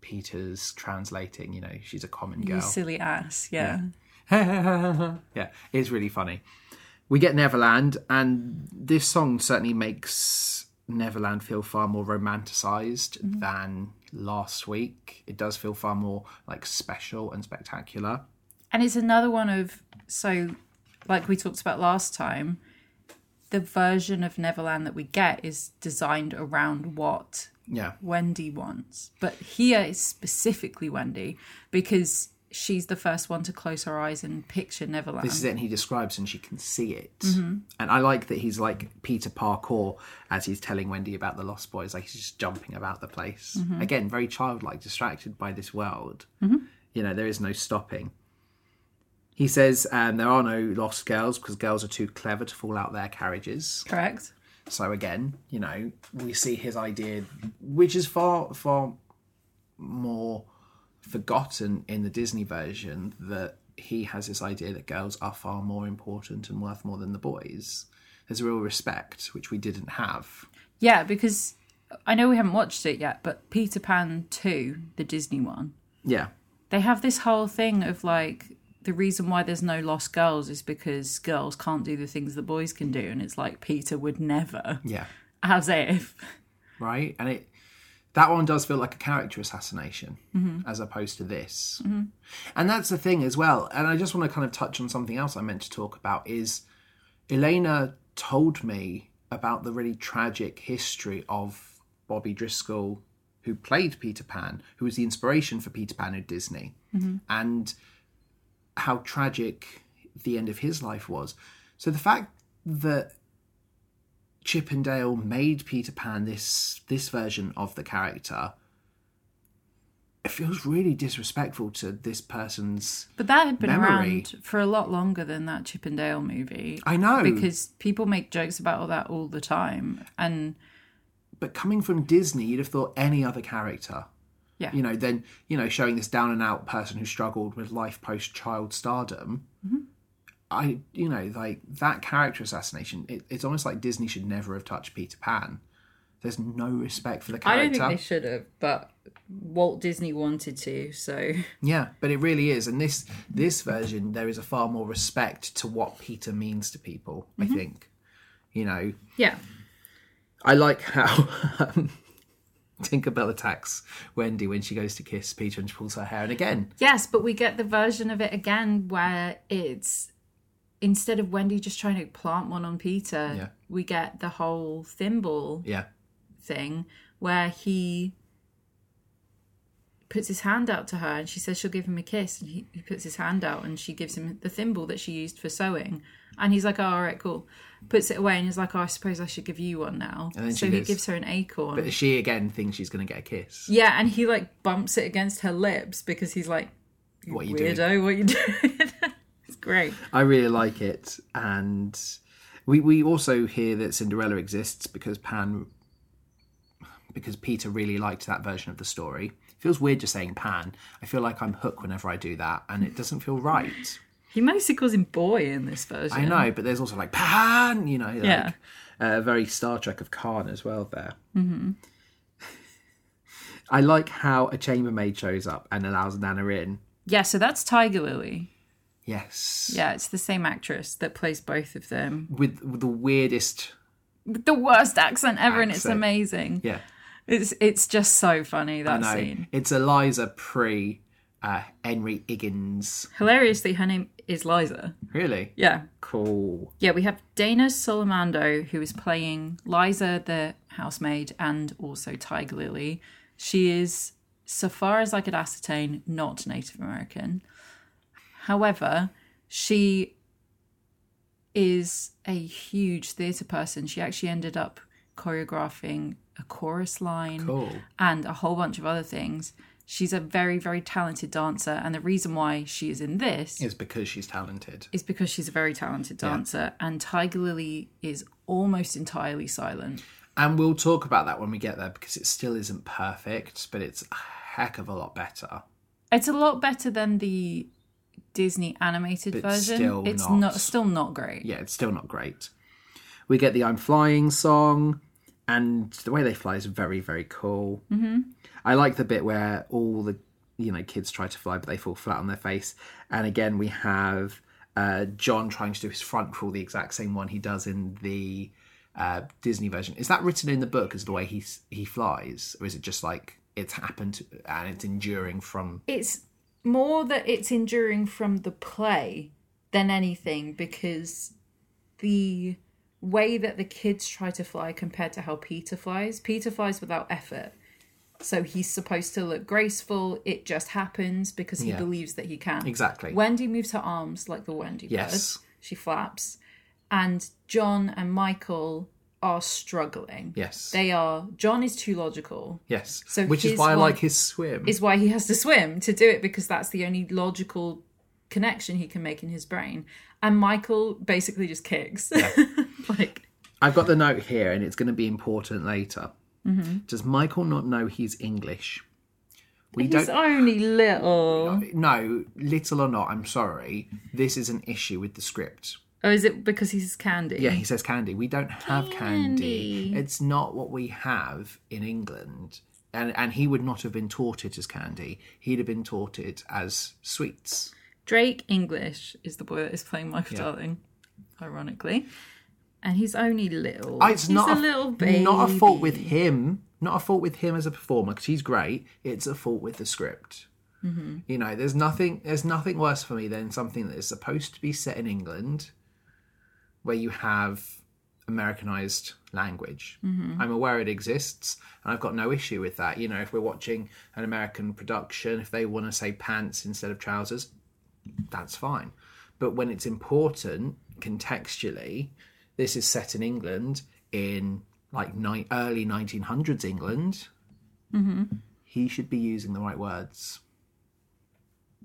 S2: Peter's translating, you know, she's a common
S1: you
S2: girl.
S1: silly ass, yeah.
S2: yeah, it's really funny. We get Neverland and this song certainly makes Neverland feel far more romanticized than last week. It does feel far more like special and spectacular.
S1: And it's another one of so like we talked about last time, the version of Neverland that we get is designed around what
S2: Yeah.
S1: Wendy wants. But here is specifically Wendy because she's the first one to close her eyes and picture Neverland.
S2: This is it, and he describes, and she can see it. And I like that he's like Peter Parkour as he's telling Wendy about the Lost Boys. Like he's just jumping about the place again, very childlike, distracted by this world. You know, there is no stopping. He says um, there are no lost girls because girls are too clever to fall out their carriages.
S1: Correct?
S2: So again, you know, we see his idea, which is far far more forgotten in the Disney version, that he has this idea that girls are far more important and worth more than the boys. There's a real respect which we didn't have.
S1: Yeah, because I know we haven't watched it yet, but Peter Pan 2, the Disney one,
S2: Yeah,
S1: they have this whole thing of like the reason why there's no lost girls is because girls can't do the things the boys can do and it's like peter would never
S2: yeah,
S1: as if
S2: right. And it that one does feel like a character assassination as opposed to this. And that's the thing as well. And I just want to kind of touch on something else I meant to talk about is Elena told me about the really tragic history of Bobby Driscoll, who played Peter Pan, who was the inspiration for Peter Pan at Disney, and how tragic the end of his life was. So the fact that Chippendale made Peter Pan this this version of the character, it feels really disrespectful to this person's.
S1: but that had been
S2: Memory.
S1: around for a lot longer than that chippendale movie
S2: I know
S1: because people make jokes about all that all the time and
S2: but coming from Disney, you'd have thought any other character.
S1: Yeah.
S2: You know, then, you know, showing this down and out person who struggled with life post child stardom. I, you know, like that character assassination, it, it's almost like Disney should never have touched Peter Pan. There's no respect for the character.
S1: should have but walt disney wanted to so
S2: Yeah, but it really is. And this this version, there is a far more respect to what Peter means to people, I think. You know,
S1: yeah
S2: I like how um, Tinkerbell attacks Wendy when she goes to kiss Peter and she pulls her hair. And again,
S1: Yes, but we get the version of it again where it's instead of Wendy just trying to plant one on Peter,
S2: Yeah.
S1: we get the whole thimble
S2: yeah,
S1: thing where he puts his hand out to her and she says she'll give him a kiss and he, he puts his hand out and she gives him the thimble that she used for sewing and he's like oh, all right cool puts it away and he's like oh, i suppose i should give you one now
S2: And then
S1: so
S2: she
S1: he
S2: gives-
S1: gives her an acorn
S2: but she again thinks she's going to get a kiss.
S1: yeah and he like bumps it against her lips because he's like
S2: What are you doing?
S1: weirdo what you did. it's great.
S2: I really like it, and we we also hear that Cinderella exists because Pan, because Peter really liked that version of the story. It feels weird just saying Pan. I feel like I'm Hook whenever I do that, and it doesn't feel right.
S1: He mostly calls him boy in this version.
S2: I know, but there's also like Pan, you know, like,
S1: Yeah.
S2: uh, very Star Trek of Khan as well. There.
S1: Mm-hmm.
S2: I like how a chambermaid shows up and allows Nana in.
S1: Yeah, so that's Tiger Lily.
S2: Yes.
S1: Yeah, it's the same actress that plays both of them.
S2: With, with the weirdest.
S1: With the worst accent ever, and it's
S2: Accent.
S1: amazing.
S2: Yeah.
S1: It's it's just so funny that
S2: No,
S1: scene.
S2: it's Eliza pre uh, Henry Higgins.
S1: Hilariously, her name is Liza.
S2: Really?
S1: Yeah.
S2: Cool.
S1: Yeah, we have Dana Solomando, who is playing Liza, the housemaid, and also Tiger Lily. She is, so far as I could ascertain, not Native American. However, she is a huge theatre person. She actually ended up choreographing a chorus line
S2: Cool.
S1: and a whole bunch of other things. She's a very, very talented dancer. And the reason why she is in this
S2: It's because she's talented.
S1: is because she's a very talented dancer, and Tiger Lily is almost entirely silent.
S2: And we'll talk about that when we get there because it still isn't perfect, but it's a heck of a lot better.
S1: It's a lot better than the Disney animated
S2: But
S1: version.
S2: still
S1: it's
S2: not.
S1: not. still not great.
S2: Yeah, it's still not great. We get the I'm Flying song, and the way they fly is very, very cool. Mm-hmm. I like the bit where all the you know kids try to fly, but they fall flat on their face. And again, we have uh, John trying to do his front crawl, the exact same one he does in the uh, Disney version. Is that written in the book as the way he s- he flies, or is it just like it's happened and it's enduring from
S1: It's more that it's enduring from the play than anything because the way that the kids try to fly compared to how Peter flies, Peter flies without effort. So he's supposed to look graceful. It just happens because he
S2: Yeah.
S1: believes that he can.
S2: exactly?
S1: Wendy moves her arms like the Wendy
S2: Yes.
S1: bird. She flaps. And John and Michael are struggling.
S2: yes,
S1: They are John is too logical.
S2: yes.
S1: So
S2: Which is
S1: his
S2: why I
S1: one
S2: like his swim.
S1: Is why he has to swim to do it because that's the only logical connection he can make in his brain. And Michael basically just kicks. like
S2: I've got the note here, and it's going to be important later. Does Michael not know he's English? We
S1: he's
S2: don't.
S1: only little.
S2: No, little or not, I'm sorry. This is an issue with the script.
S1: Oh, is it because he's candy?
S2: Yeah, he says candy. We don't have candy. It's not what we have in England. And, and he would not have been taught it as candy. He'd have been taught it as sweets.
S1: Drake English is the boy that is playing Michael Darling, ironically. And he's only little.
S2: I- Ah, It's
S1: he's
S2: not
S1: a little baby.
S2: not a fault with him. Not a fault with him as a performer because he's great. It's a fault with the script.
S1: Mm-hmm.
S2: You know, there's nothing. There's nothing worse for me than something that is supposed to be set in England, where you have Americanized language.
S1: Mm-hmm.
S2: I'm aware it exists, and I've got no issue with that. You know, if we're watching an American production, if they want to say pants instead of trousers, that's fine. But when it's important contextually, this is set in England in like ni- early 1900s England. He should be using the right words.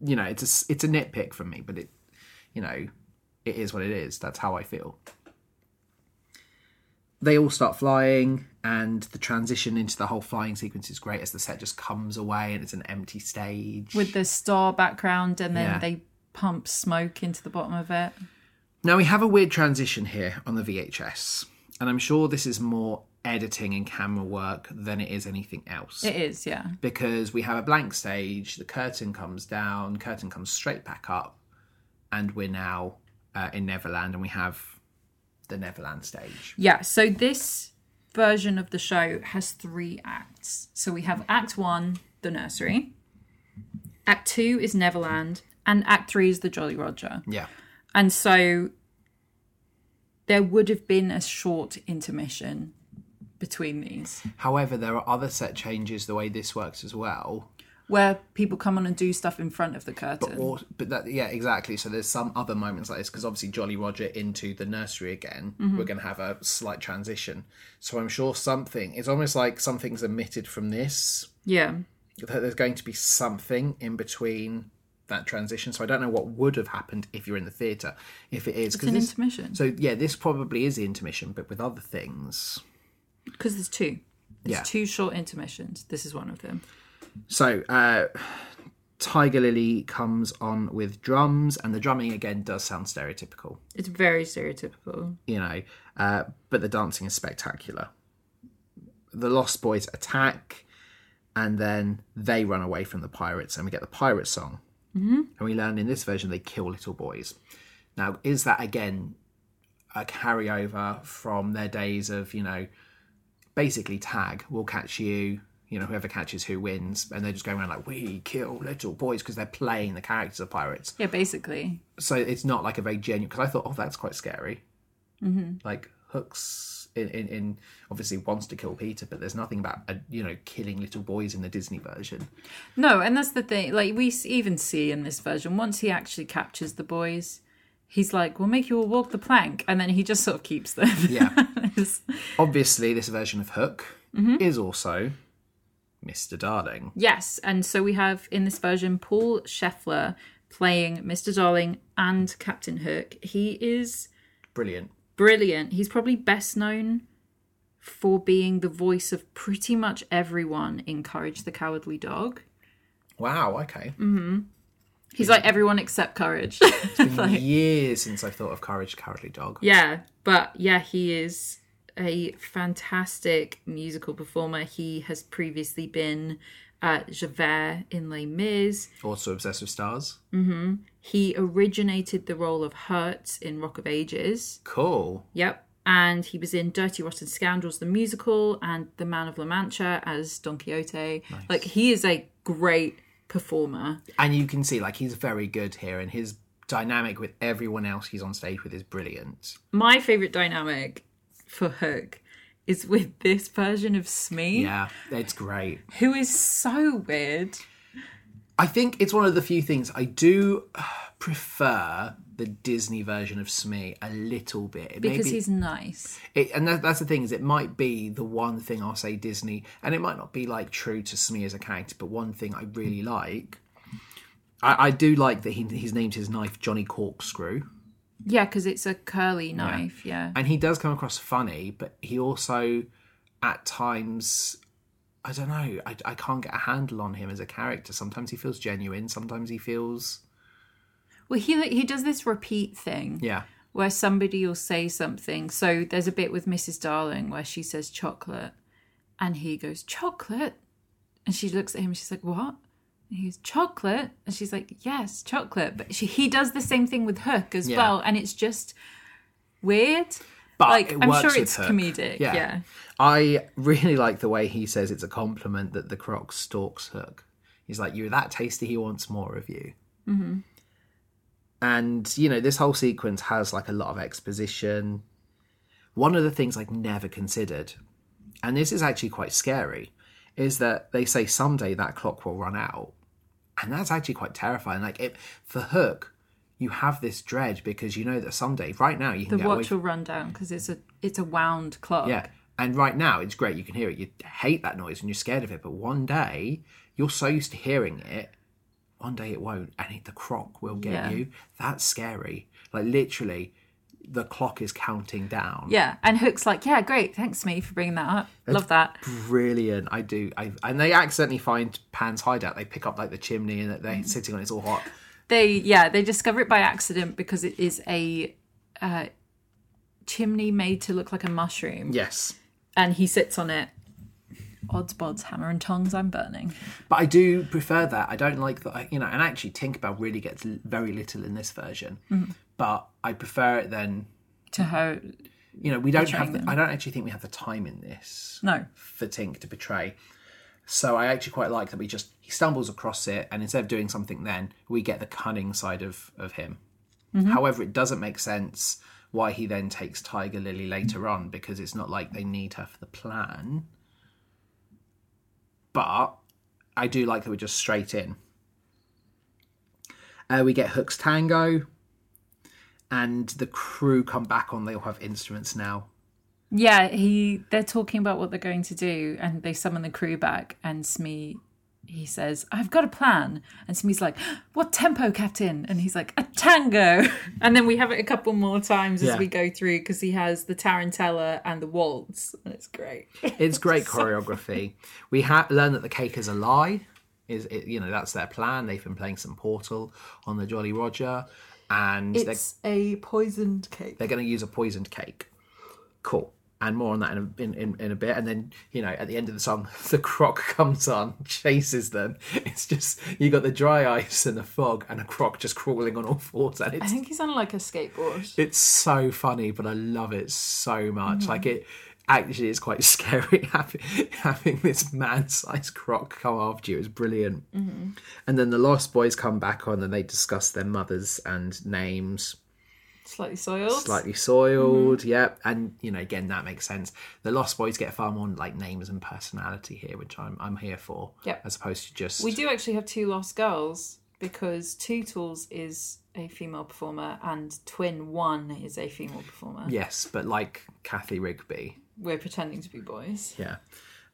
S2: You know, it's a s- it's a nitpick from me, but it, you know, it is what it is. That's how I feel. They all start flying, and the transition into the whole flying sequence is great as the set just comes away and it's an empty stage.
S1: with the star background and then
S2: Yeah.
S1: they pump smoke into the bottom of it.
S2: Now we have a weird transition here on the VHS, and I'm sure this is more editing and camera work than it is anything else.
S1: It is, yeah.
S2: because we have a blank stage, the curtain comes down, curtain comes straight back up, and we're now uh, in Neverland and we have the Neverland stage.
S1: Yeah, so this version of the show has three acts. So we have Act 1, the nursery. Act 2 is Neverland and Act 3 is the Jolly Roger.
S2: Yeah.
S1: And so there would have been a short intermission between these
S2: However, there are other set changes the way this works as well.
S1: where people come on and do stuff in front of the curtain.
S2: Or, but that, yeah, exactly. So there's some other moments like this because obviously Jolly Roger into the nursery again.
S1: Mm-hmm.
S2: We're going to have a slight transition. So I'm sure something. It's almost like something's omitted from this.
S1: yeah.
S2: That there's going to be something in between that transition. So I don't know what would have happened if you're in the theatre. If it is,
S1: It's
S2: because
S1: an intermission
S2: so yeah, this probably is the intermission, but with other things.
S1: because there's two. There's
S2: Yeah.
S1: two short intermissions. This is one of them.
S2: So, uh, Tiger Lily comes on with drums, and the drumming again does sound stereotypical.
S1: It's very stereotypical.
S2: you know, uh, but the dancing is spectacular. The Lost Boys attack, and then they run away from the pirates, and we get the pirate song. Mm-hmm. And we learn in this version they kill little boys. Now, is that again a carryover from their days of, you know, basically tag, we'll catch you, You know, whoever catches who wins, and they're just going around like, "We kill little boys" because they're playing the characters of pirates.
S1: Yeah, basically.
S2: So it's not like a very genuine. Because I thought, "Oh, that's quite scary." Like Hooks in, in in obviously wants to kill Peter, but there's nothing about uh you know killing little boys in the Disney version.
S1: No, and that's the thing. Like we s- even see in this version, once he actually captures the boys, he's like, "We'll make you all walk the plank," and then he just sort of keeps them.
S2: Yeah.
S1: It's-
S2: obviously, this version of Hook is also Mr. Darling.
S1: yes, and so we have in this version Paul Scheffler playing Mr. Darling and Captain Hook. He is
S2: Brilliant.
S1: brilliant. He's probably best known for being the voice of pretty much everyone in Courage the Cowardly Dog.
S2: Wow. Okay.
S1: He's like everyone except Courage.
S2: It's been years since I've thought of Courage the Cowardly Dog.
S1: Yeah, but yeah, he is a fantastic musical performer. He has previously been uh, Javert in Les Mis.
S2: Also obsessed with stars.
S1: He originated the role of Hertz in Rock of Ages.
S2: Cool.
S1: Yep. And he was in Dirty Rotten Scoundrels, the musical, and The Man of La Mancha as Don Quixote. Like, he is a great performer.
S2: And you can see like he's very good here, and his dynamic with everyone else he's on stage with is brilliant.
S1: My favourite dynamic for Hook is with this version of Smee,
S2: Yeah, it's great.
S1: who is so weird.
S2: I think it's one of the few things I do uh, prefer the Disney version of Smee a little bit. It may
S1: because
S2: be-
S1: he's nice.
S2: it, and that, that's the thing is it might be the one thing I'll say Disney, and it might not be like true to Smee as a character, but one thing I really like. I, I do like that he, he's named his knife Johnny Corkscrew.
S1: Yeah, because it's a curly knife. Yeah.
S2: and he does come across funny, but he also, at times, I don't know, I, I can't get a handle on him as a character. Sometimes he feels genuine, sometimes he feels
S1: Well, he he does this repeat thing
S2: yeah,
S1: where somebody will say something. So there's a bit with Mrs. Darling where she says chocolate, and he goes chocolate, and she looks at him. and She's like, what? And he goes chocolate, and she's like, yes, chocolate. But she, he does the same thing with Hook as
S2: Yeah.
S1: well, and it's just weird.
S2: but
S1: like
S2: it
S1: I'm
S2: works
S1: sure
S2: with
S1: it's
S2: Hook.
S1: comedic. Yeah.
S2: I really like the way he says it's a compliment that the croc stalks Hook. He's like, You're that tasty, he wants more of you. Mm-hmm. And, you know, this whole sequence has like a lot of exposition. One of the things I'd never considered, and this is actually quite scary, is that they say someday that clock will run out. And that's actually quite terrifying. Like, it, for Hook, you have this dread because you know that someday, right now, you can
S1: The
S2: get away
S1: watch will run down because it's a it's a wound clock.
S2: yeah. And right now, it's great. You can hear it. You hate that noise and you're scared of it. But one day, you're so used to hearing it, one day it won't. And it, the croc will get
S1: Yeah.
S2: you. That's scary. Like, literally, the clock is counting down.
S1: Yeah, and Hook's like, yeah, great, thanks me for bringing that up. Love that.
S2: Brilliant. I do. I, and they accidentally find Pan's hideout. They pick up, like, the chimney and
S1: Mm.
S2: they're sitting on it. It's all hot.
S1: They yeah, they discover it by accident because it is a uh, chimney made to look like a mushroom,
S2: Yes.
S1: and he sits on it. Odds bods, hammer and tongs, I'm burning.
S2: But I do prefer that. I don't like that, you know, and actually Tinkerbell really gets l- very little in this version.
S1: Mm.
S2: But I prefer it then
S1: To her,
S2: you know we don't have the,
S1: Betraying
S2: i don't actually think we have the time in this
S1: no,
S2: for tink to betray so i actually quite like that we just he stumbles across it and instead of doing something then we get the cunning side of of him however it doesn't make sense why he then takes tiger lily later on because it's not like they need her for the plan but i do like that we're just straight in uh, we get hook's tango and the crew come back on they all have instruments now
S1: yeah, he. They're talking about what they're going to do, and they summon the crew back, and Smee. He says, I've got a plan. And Smee's like, What tempo, Captain? And he's like, A tango. And then we have it a couple more times
S2: Yeah.
S1: as we go through because he has the Tarantella and the waltz. And it's great.
S2: It's great choreography. We ha- learn that the cake is a lie. Is it, you know that's their plan. They've been playing some Portal on the Jolly Roger, and they're,
S1: a poisoned cake.
S2: they're going to use a poisoned cake. Cool. And more on that in a, in, in, in a bit. And then you know at the end of the song, the croc comes on, chases them. It's just you got the dry ice and the fog, and a croc just crawling on all fours, and
S1: I
S2: it's
S1: think he's on like a skateboard. Mm.
S2: it's so funny, but I love it so much. Like it, actually it's quite scary having, having this man-sized croc come after you. It's brilliant.
S1: Mm-hmm.
S2: And then the Lost Boys come back on and they discuss their mothers and names.
S1: Slightly soiled.
S2: Slightly soiled,
S1: Mm-hmm.
S2: yep. And you know, again, that makes sense. The Lost Boys get far more like names and personality here, which I'm I'm here for.
S1: Yep.
S2: As opposed to just
S1: We do actually have two lost girls because Two Tools is a female performer and Twin One is a female performer.
S2: yes, but like Kathy Rigby,
S1: We're pretending to be boys.
S2: Yeah.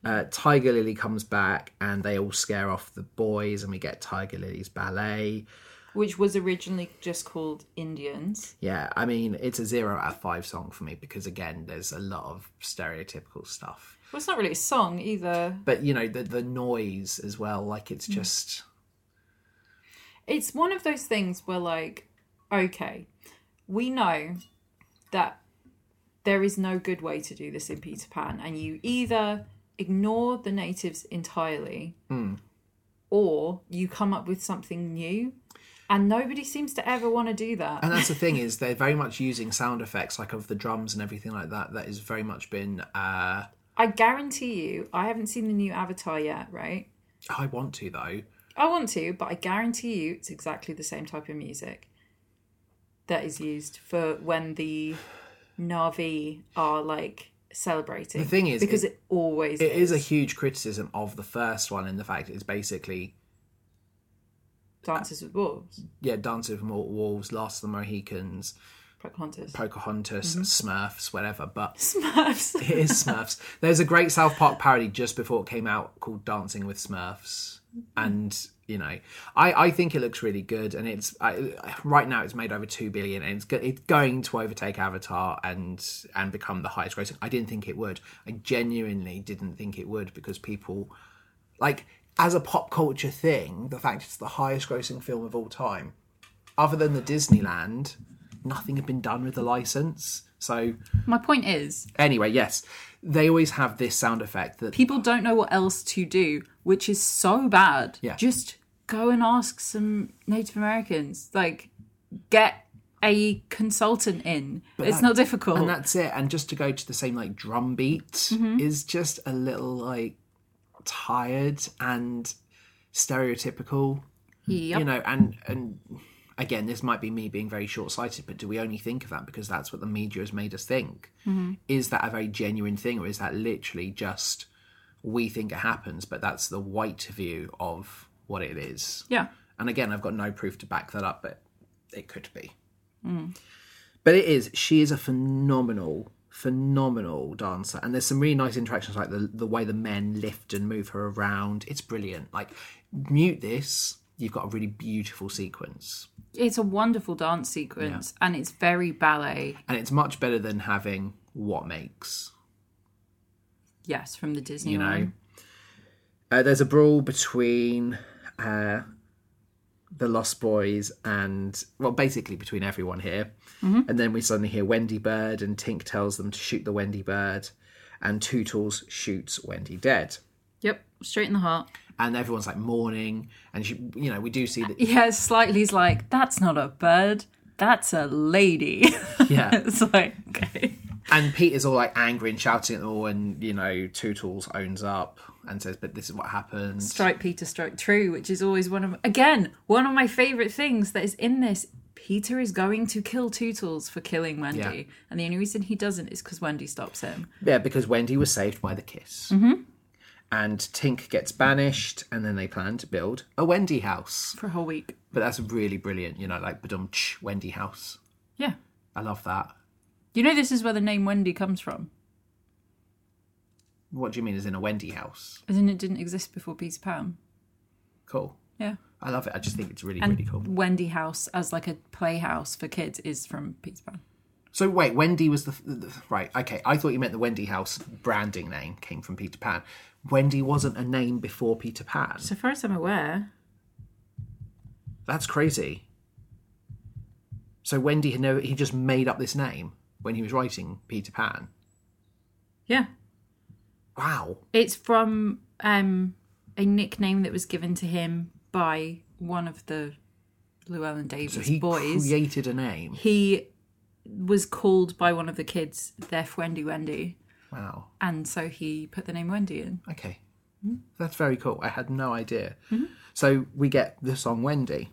S2: Uh, Tiger Lily comes back and they all scare off the boys, and we get Tiger Lily's ballet.
S1: Which was originally just called Indians.
S2: Yeah, I mean, it's a zero out of five song for me because, again, there's a lot of stereotypical stuff.
S1: Well it's not really a song either.
S2: But, you know, the, the noise as well, like it's just.
S1: It's one of those things where like, okay, we know that there is no good way to do this in Peter Pan, and you either ignore the natives entirely or you come up with something new. And nobody seems to ever want to do that.
S2: And that's the thing is they're very much using sound effects like of the drums and everything like that. That has very much been. Uh,
S1: I guarantee you, I haven't seen the new Avatar yet, right?
S2: I want to though.
S1: I want to, but I guarantee you it's exactly the same type of music that is used for when the Navi are like celebrating.
S2: The thing is,
S1: because it, always
S2: It
S1: is
S2: is a huge criticism of the first one in the fact it's basically
S1: Dances with Wolves,
S2: yeah, Dances with Mor- Wolves, Last of the Mohicans,
S1: Pocahontas,
S2: Pocahontas, Smurfs, whatever. But
S1: Smurfs.
S2: it is Smurfs. There's a great South Park parody just before it came out called Dancing with Smurfs, and you know, I I think it looks really good, and it's I, right now it's made over two billion, and it's go, it's going to overtake Avatar and and become the highest grossing. I didn't think it would. I genuinely didn't think it would because people like as a pop culture thing, the fact it's the highest grossing film of all time, other than the Disneyland, nothing had been done with the license. So
S1: My point is,
S2: anyway, yes, they always have this sound effect that
S1: people don't know what else to do, which is so bad.
S2: Yeah.
S1: Just go and ask some Native Americans. Like, get a consultant in. it's not difficult.
S2: and that's it. And just to go to the same like drum beat is just a little like tired and stereotypical,
S1: Yep.
S2: you know. And and again, this might be me being very short sighted, but do we only think of that because that's what the media has made us think? Is that a very genuine thing, or is that literally just we think it happens, but that's the white view of what it is?
S1: yeah.
S2: And again, I've got no proof to back that up, but it could be. But it is. She is a phenomenal, phenomenal dancer, and there's some really nice interactions, like the the way the men lift and move her around. It's brilliant. Like mute this, you've got a really beautiful sequence,
S1: It's a wonderful dance sequence and it's very ballet.
S2: and it's much better than having what makes.
S1: Yes, from the Disney
S2: You know,
S1: one.
S2: uh, there's a brawl between. Uh, the Lost Boys and well, basically between everyone here. And then we suddenly hear Wendy Bird, and Tink tells them to shoot the Wendy Bird, and Tootles shoots Wendy dead.
S1: Yep, straight in the heart.
S2: And everyone's like mourning, and she, you know, we do see that.
S1: Yeah, Slightly's like, that's not a bird, that's a lady.
S2: Yeah,
S1: it's like, okay.
S2: and Peter's all like angry and shouting at them all, and you know, Tootles owns up and says, "But this is what happened."
S1: Strike Peter, strike true, which is always one of, again, one of my favourite things that is in this. Peter is going to kill Tootles for killing Wendy.
S2: Yeah.
S1: And the only reason he doesn't is because Wendy stops him.
S2: Yeah, because Wendy was saved by the kiss.
S1: Mm-hmm.
S2: And Tink gets banished, and then they plan to build a Wendy house.
S1: For a whole week.
S2: But that's really brilliant, you know, like badumch Wendy House.
S1: Yeah.
S2: I love that.
S1: You know, this is where the name Wendy comes from,
S2: What do you mean is in a Wendy house?
S1: as in it didn't exist before Peter Pan.
S2: Cool.
S1: Yeah.
S2: I love it. I just think it's really,
S1: And
S2: really cool.
S1: Wendy House as like a playhouse for kids is from Peter Pan.
S2: So wait, Wendy was the, the, the right. Okay, I thought you meant the Wendy House branding name came from Peter Pan. Wendy wasn't a name before Peter Pan.
S1: So far as I'm aware,
S2: That's crazy. So Wendy had never. He just made up this name when he was writing Peter Pan.
S1: yeah,
S2: Wow.
S1: it's from um, a nickname that was given to him by one of the Llewellyn Davis
S2: So he
S1: boys.
S2: created a name.
S1: he was called by one of the kids, Deaf Wendy Wendy,
S2: Wow.
S1: And so he put the name Wendy in.
S2: Okay.
S1: Mm-hmm.
S2: That's very cool. I had no idea. So we get the song Wendy.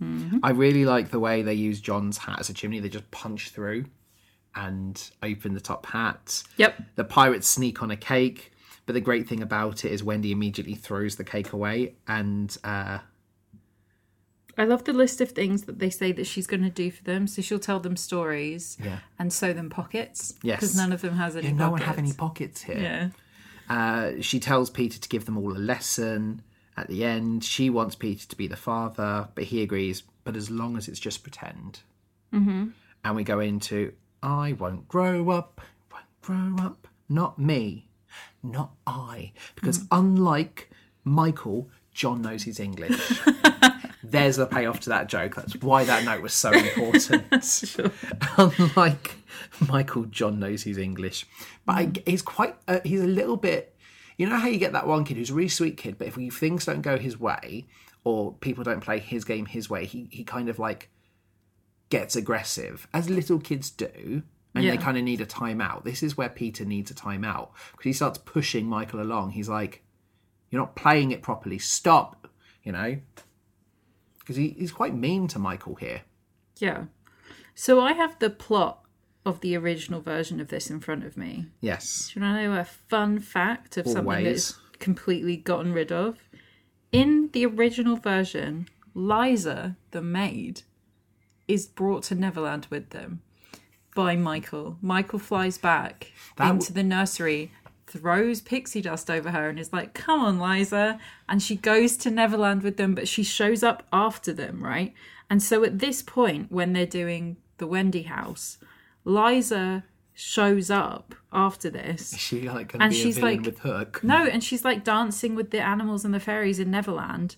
S1: Mm-hmm.
S2: I really like the way they use John's hat as a chimney. They just punch through and open the top hat.
S1: Yep.
S2: The pirates sneak on a cake, but the great thing about it is Wendy immediately throws the cake away and uh,
S1: I love the list of things that they say that she's going to do for them. So she'll tell them stories
S2: Yeah.
S1: and sew them pockets.
S2: Yes.
S1: Because none of them has any
S2: no
S1: pockets.
S2: one have any pockets here.
S1: Yeah.
S2: Uh, she tells Peter to give them all a lesson. At the end, she wants Peter to be the father, but he agrees, but as long as it's just pretend. Mm-hmm. And we go into I won't grow up, won't grow up, not me, not I. Because unlike Michael, John knows his English. There's the payoff to that joke. That's why that note was so important. Unlike Michael, John knows he's English, but I, he's quite. Uh, he's a little bit. You know how you get that one kid who's a really sweet kid, but if we, things don't go his way or people don't play his game his way, he he kind of like gets aggressive, as little kids do, and
S1: Yeah.
S2: they kind of need a timeout. This is where Peter needs a timeout because he starts pushing Michael along. He's like, "You're not playing it properly. Stop!" You know, because he, he's quite mean to Michael here.
S1: Yeah. So I have the plot of the original version of this in front of me.
S2: Yes.
S1: Do you want to know a fun fact of something
S2: Always.
S1: that's completely gotten rid of? In the original version, Liza, the maid, is brought to Neverland with them by Michael. Michael flies back
S2: That w-
S1: into the nursery, throws pixie dust over her, and is like, Come on, Liza. And she goes to Neverland with them, but she shows up after them, right? And so at this point, when they're doing the Wendy house, Liza shows up after this.
S2: Is she like gonna
S1: And
S2: be
S1: she's
S2: a villain
S1: like-
S2: with Hook?
S1: No, and she's like dancing with the animals and the fairies in Neverland.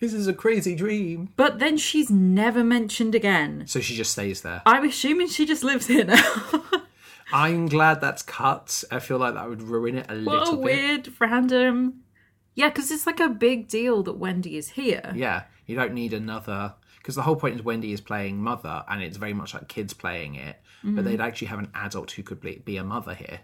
S2: This is a crazy dream.
S1: But then she's never mentioned again.
S2: So she just stays there.
S1: I'm assuming she just lives here now.
S2: I'm glad that's cut. I feel like that would ruin it a
S1: what a
S2: little bit.
S1: weird, random. Yeah, because it's like a big deal that Wendy is here.
S2: Yeah, you don't need another because the whole point is Wendy is playing mother, and it's very much like kids playing it,
S1: Mm-hmm.
S2: but they'd actually have an adult who could be, be a mother here.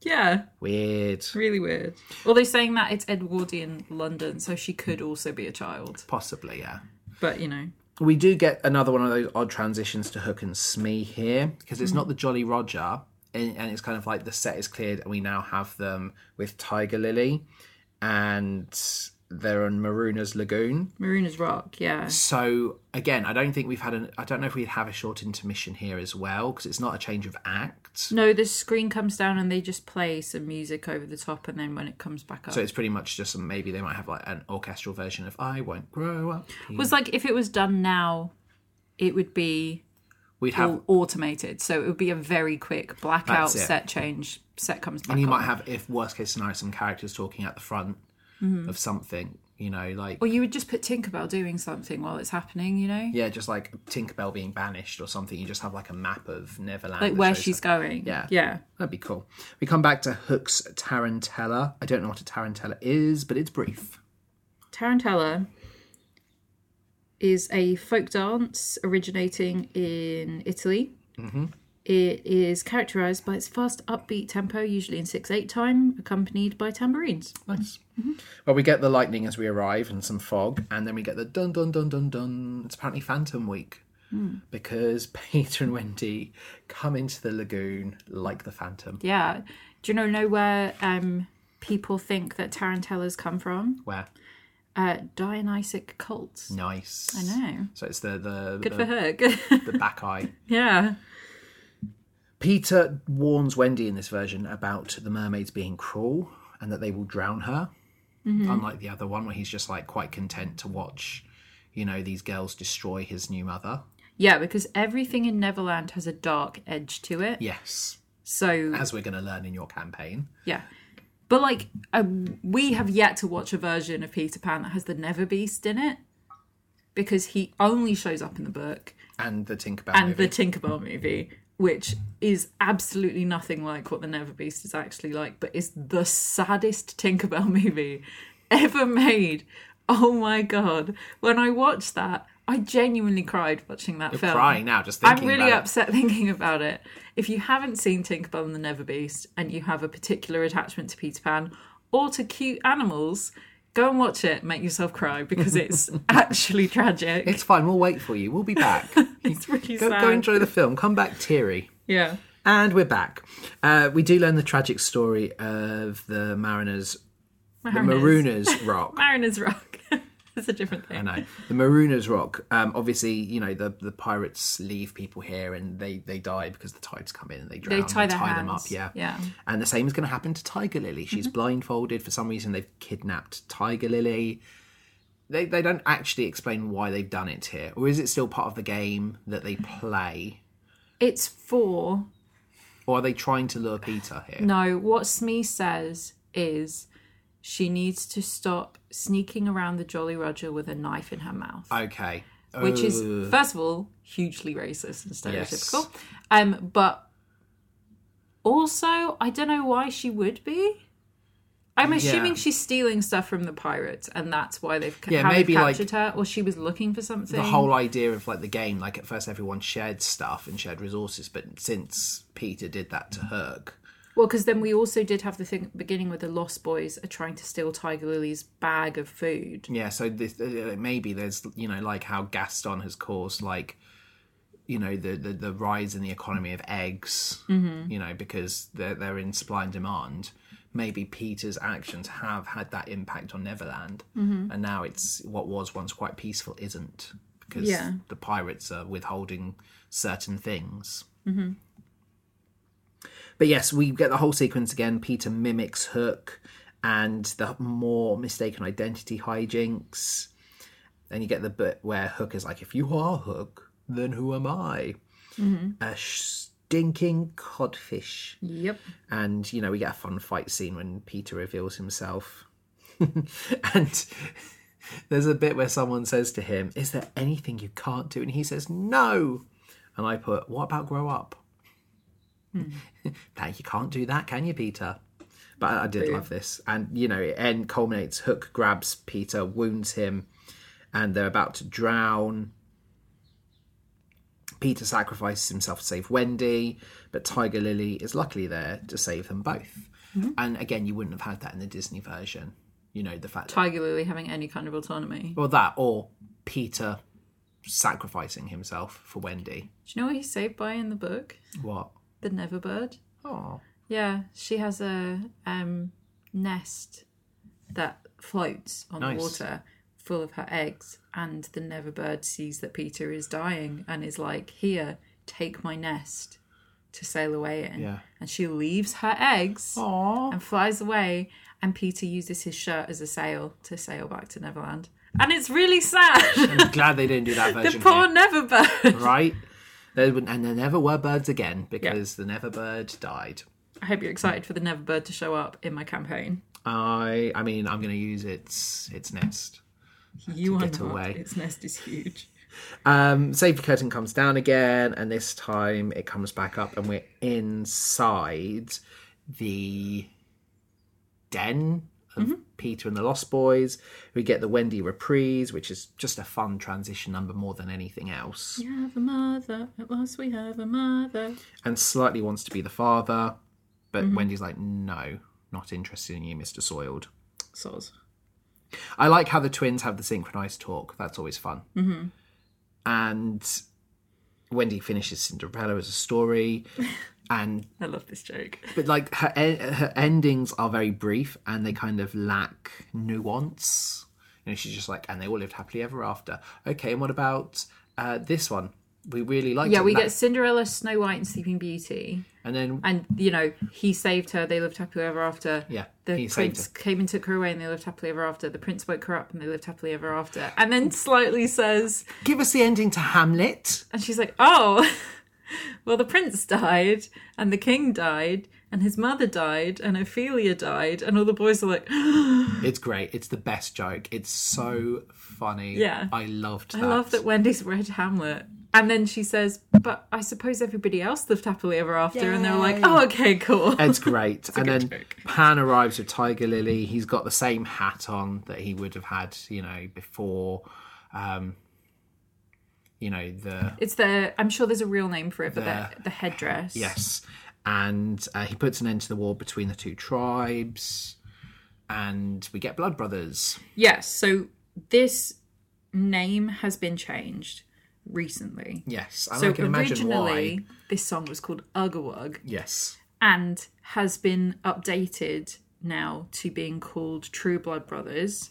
S1: Yeah,
S2: Weird.
S1: really weird. Although saying that it's Edwardian London, so she could also be a child.
S2: Possibly, yeah.
S1: But you know,
S2: We do get another one of those odd transitions to Hook and Smee here because it's not the Jolly Roger, and, and it's kind of like the set is cleared, and we now have them with Tiger Lily, and they're on Maruna's Lagoon.
S1: Marooners Rock. Yeah,
S2: So again, I don't think we've had an. I don't know if we'd have a short intermission here as well because it's not a change of act.
S1: no, the screen comes down and they just play some music over the top, and then when it comes back up,
S2: So it's pretty much just some, maybe they might have like an orchestral version of "I Won't Grow Up."
S1: was like if it was done now, it would be
S2: We'd have,
S1: all automated. So it would be a very quick blackout
S2: That's it.
S1: set change. Set comes back.
S2: and you
S1: on.
S2: might have, if worst case scenario, some characters talking at the front of something. You know, like
S1: Or you would just put Tinkerbell doing something while it's happening. You know,
S2: yeah, just like Tinkerbell being banished or something. You just have like a map of Neverland,
S1: like
S2: that
S1: where
S2: shows
S1: she's going.
S2: Yeah.
S1: yeah.
S2: That'd be cool. We come back to Hook's Tarantella. I don't know what a Tarantella is, but it's brief.
S1: Tarantella is a folk dance originating in Italy.
S2: Mm-hmm.
S1: It is characterized by its fast, upbeat tempo, usually in 6 8 time, accompanied by tambourines.
S2: Nice. Mm-hmm. Well, we get the lightning as we arrive and some fog, and then we get the dun dun dun dun dun. It's apparently Phantom Week
S1: Hmm.
S2: because Peter and Wendy come into the lagoon like the Phantom.
S1: Yeah. Do you know, know where um, people think that tarantellas come from?
S2: Where
S1: Uh, Dionysic cults.
S2: nice.
S1: I know.
S2: So it's the the
S1: Good for
S2: the,
S1: her.
S2: the back eye.
S1: yeah.
S2: Peter warns Wendy in this version about the mermaids being cruel and that they will drown her.
S1: Mm-hmm.
S2: Unlike the other one where he's just like quite content to watch, you know, these girls destroy his new mother.
S1: Yeah, because everything in Neverland has a dark edge to it.
S2: Yes.
S1: So,
S2: As we're going to learn in your campaign.
S1: yeah. But, like, uh, we have yet to watch a version of Peter Pan that has the Never Beast in it because he only shows up in the book
S2: and the Tinkerbell
S1: and
S2: movie.
S1: the Tinkerbell movie, which is absolutely nothing like what the Never Beast is actually like, but is the saddest Tinkerbell movie ever made. Oh my god. When I watched that, I genuinely cried watching that film.
S2: Crying now, just
S1: I'm
S2: thinking
S1: really
S2: about it.
S1: upset thinking about it. If you haven't seen Tinkerbell and the Never Beast and you have a particular attachment to Peter Pan or to cute animals, go and watch it, make yourself cry because it's actually tragic. It's,
S2: It's fine. We'll wait for you. We'll be back.
S1: really
S2: go,
S1: sad.
S2: go enjoy the film. Come back teary.
S1: yeah.
S2: And we're back. Uh, we do learn the tragic story of the Mariners, the Marooners Rock.
S1: Mariners Rock. it's a different
S2: I
S1: thing.
S2: know the Marooners Rock. Um, obviously, you know the, the pirates leave people here and they they die because the tides come in and they drown.
S1: They tie
S2: and
S1: their
S2: um, tie
S1: hands.
S2: them up. Yeah,
S1: Yeah. Mm-hmm.
S2: And the same is going to happen to Tiger Lily. She's blindfolded for some reason. They've kidnapped Tiger Lily. They they don't actually explain why they've done it here, or is it still part of the game that they play,
S1: It's for
S2: or are they trying to lure Peter here?
S1: No, what Smee says is she needs to stop sneaking around the Jolly Roger with a knife in her mouth.
S2: Okay. Uh,
S1: Which is,
S2: Ugh.
S1: first of all, hugely racist and stereotypical.
S2: Oh. Yes.
S1: Um, but also, I don't know why she would be. I'm assuming she's stealing stuff from the pirates, and that's why they've ca-
S2: Yeah,
S1: how they've
S2: maybe, like,
S1: captured her, or she was looking for something.
S2: the whole idea of like the game like at first everyone shared stuff and shared resources but since peter did that to herc
S1: Well, because then we also did have the thing at the beginning where the Lost Boys are trying to steal Tiger Lily's bag of food.
S2: yeah so this, uh, maybe there's you know like how gaston has caused like you know the the, the rise in the economy of eggs
S1: Mm-hmm.
S2: you know because they're, they're in supply and demand maybe peter's actions have had that impact on neverland
S1: Mm-hmm.
S2: and now it's what was once quite peaceful isn't because
S1: Yeah.
S2: the pirates are withholding certain things But yes, we get the whole sequence again. Peter mimics Hook and the more mistaken identity hijinks. Then you get the bit where Hook is like, if you are Hook, then who am I? A stinking codfish.
S1: Yep.
S2: And, you know, we get a fun fight scene when Peter reveals himself. and there's a bit where someone says to him, Is there anything you can't do? And he says, No. And I put, What about grow up? that you can't do that, can you, Peter? But I, I did love this. And, you know, it end culminates. Hook grabs Peter, wounds him, and they're about to drown. Peter sacrifices himself to save Wendy, but Tiger Lily is luckily there to save them both. And again, you wouldn't have had that in the Disney version. You know, the fact that
S1: Tiger Lily having any kind of autonomy.
S2: well, that or Peter sacrificing himself for Wendy.
S1: Do you know what he's saved by in the book?
S2: What?
S1: The Neverbird.
S2: Oh,
S1: Yeah, she has a um, nest that floats on
S2: Nice.
S1: the water full of her eggs, and the Neverbird sees that Peter is dying and is like, Here, take my nest to sail away in.
S2: Yeah. Oh,
S1: And she leaves her eggs
S2: Aww.
S1: and flies away, and Peter uses his shirt as a sail to sail back to Neverland. And it's really sad.
S2: I'm glad they didn't do that
S1: the
S2: version.
S1: poor
S2: here,
S1: Neverbird.
S2: right? There wouldn't- and there never were birds again because the never bird died.
S1: I hope you're excited for the Neverbird to show up in my campaign.
S2: I, I mean, I'm going to use its its nest.
S1: You
S2: get
S1: are not.
S2: away.
S1: Its nest is huge.
S2: Um, safety curtain comes down again, and this time it comes back up, and we're inside the den of Peter and the Lost Boys. We get the Wendy reprise, which is just a fun transition number more than anything else,
S1: We have a mother. At last, we have a mother.
S2: and slightly wants to be the father, but Wendy's like, no, not interested in you, Mr. Soiled.
S1: Soz.
S2: I like how the twins have the synchronized talk. That's always fun. Mm-hmm. And Wendy finishes Cinderella as a story, and
S1: I love this joke.
S2: but like her e- her endings are very brief and they kind of lack nuance. You know, she's just like, and they all lived happily ever after. Okay, and what about uh, this one? We really liked
S1: Yeah,
S2: it.
S1: we
S2: That-
S1: get Cinderella, Snow White, and Sleeping Beauty.
S2: and then
S1: And, you know, he saved her. They lived happily ever after.
S2: yeah,
S1: The
S2: he saved
S1: prince
S2: her.
S1: came and took her away, and they lived happily ever after. The prince woke her up, and they lived happily ever after. And then slightly says,
S2: Give us the ending to Hamlet.
S1: and she's like, "Oh, well, the prince died, and the king died, and his mother died, and Ophelia died." And all the boys are like,
S2: It's great. It's the best joke. It's so funny.
S1: Yeah.
S2: I loved that.
S1: I love that Wendy's read Hamlet. And then she says, But I suppose everybody else lived happily ever after. And they're like,
S2: Yay.
S1: Oh, okay, cool.
S2: Ed's great. and
S1: good
S2: then
S1: joke.
S2: Pan arrives with Tiger Lily. He's got the same hat on that he would have had, you know, before. Um, you know the
S1: It's the I'm sure there's a real name for it, but the,
S2: The-
S1: the, headdress.
S2: yes, and uh, he puts an end to the war between the two tribes, and we get Blood Brothers.
S1: Yes. So this name has been changed recently.
S2: Yes, and
S1: So
S2: I can imagine why.
S1: originally this song was called Ugawug
S2: Yes,
S1: and has been updated now to being called True Blood Brothers